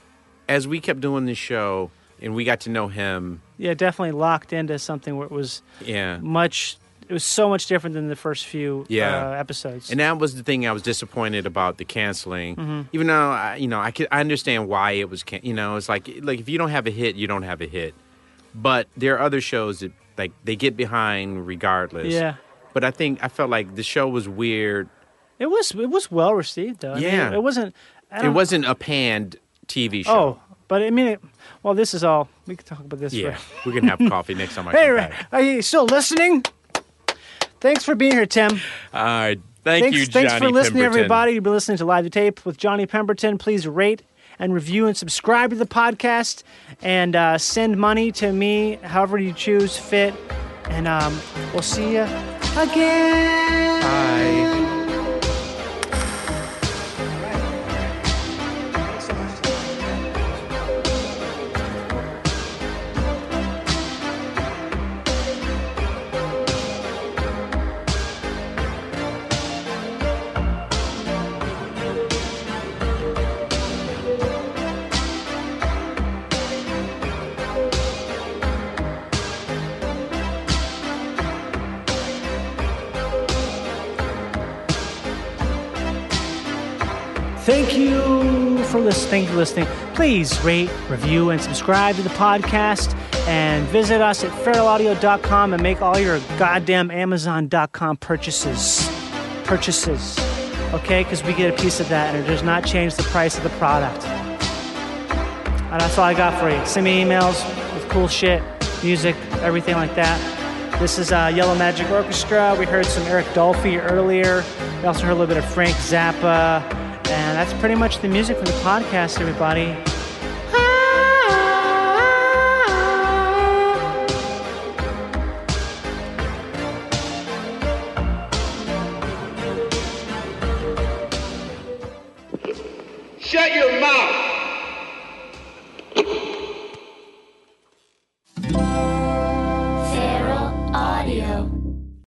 Speaker 3: as we kept doing this show and we got to know him,
Speaker 2: yeah, definitely locked into something where it was
Speaker 3: yeah.
Speaker 2: much. It was so much different than the first few
Speaker 3: Yeah.
Speaker 2: uh, episodes.
Speaker 3: And that was the thing I was disappointed about the canceling.
Speaker 2: Mm-hmm.
Speaker 3: Even though I, you know, I could, I understand why it was, can, you know, it's like like if you don't have a hit, you don't have a hit. But there are other shows that like they get behind regardless.
Speaker 2: Yeah.
Speaker 3: But I think I felt like the show was weird.
Speaker 2: it was it was well received though. I mean,
Speaker 3: Yeah.
Speaker 2: it wasn't. I
Speaker 3: It
Speaker 2: don't-
Speaker 3: wasn't a panned TV show.
Speaker 2: Oh, but I mean, it, well, this is all we could talk about this.
Speaker 3: yeah.
Speaker 2: For,
Speaker 3: we can have coffee next time I
Speaker 2: hey,
Speaker 3: come
Speaker 2: Ray,
Speaker 3: back.
Speaker 2: are you still listening? Thanks for being here, Tim.
Speaker 3: All right. Thank
Speaker 2: thanks,
Speaker 3: you,
Speaker 2: thanks for
Speaker 3: Johnny
Speaker 2: listening,
Speaker 3: Pemberton.
Speaker 2: everybody. You've been listening to Live to Tape with Johnny Pemberton. Please rate and review and subscribe to the podcast and uh, send money to me, however you choose fit. And um, we'll see you again.
Speaker 3: Bye.
Speaker 2: Thank you for listening. Thank you for listening. Please rate, review, and subscribe to the podcast. And visit us at feralaudio.com and make all your goddamn Amazon.com purchases. Purchases. Okay? Because we get a piece of that and it does not change the price of the product. And that's all I got for you. Send me emails with cool shit, music, everything like that. This is uh, Yellow Magic Orchestra. We heard some Eric Dolphy earlier. We also heard a little bit of Frank Zappa. And that's pretty much the music for the podcast, everybody.
Speaker 4: Shut your mouth!
Speaker 11: Feral Audio.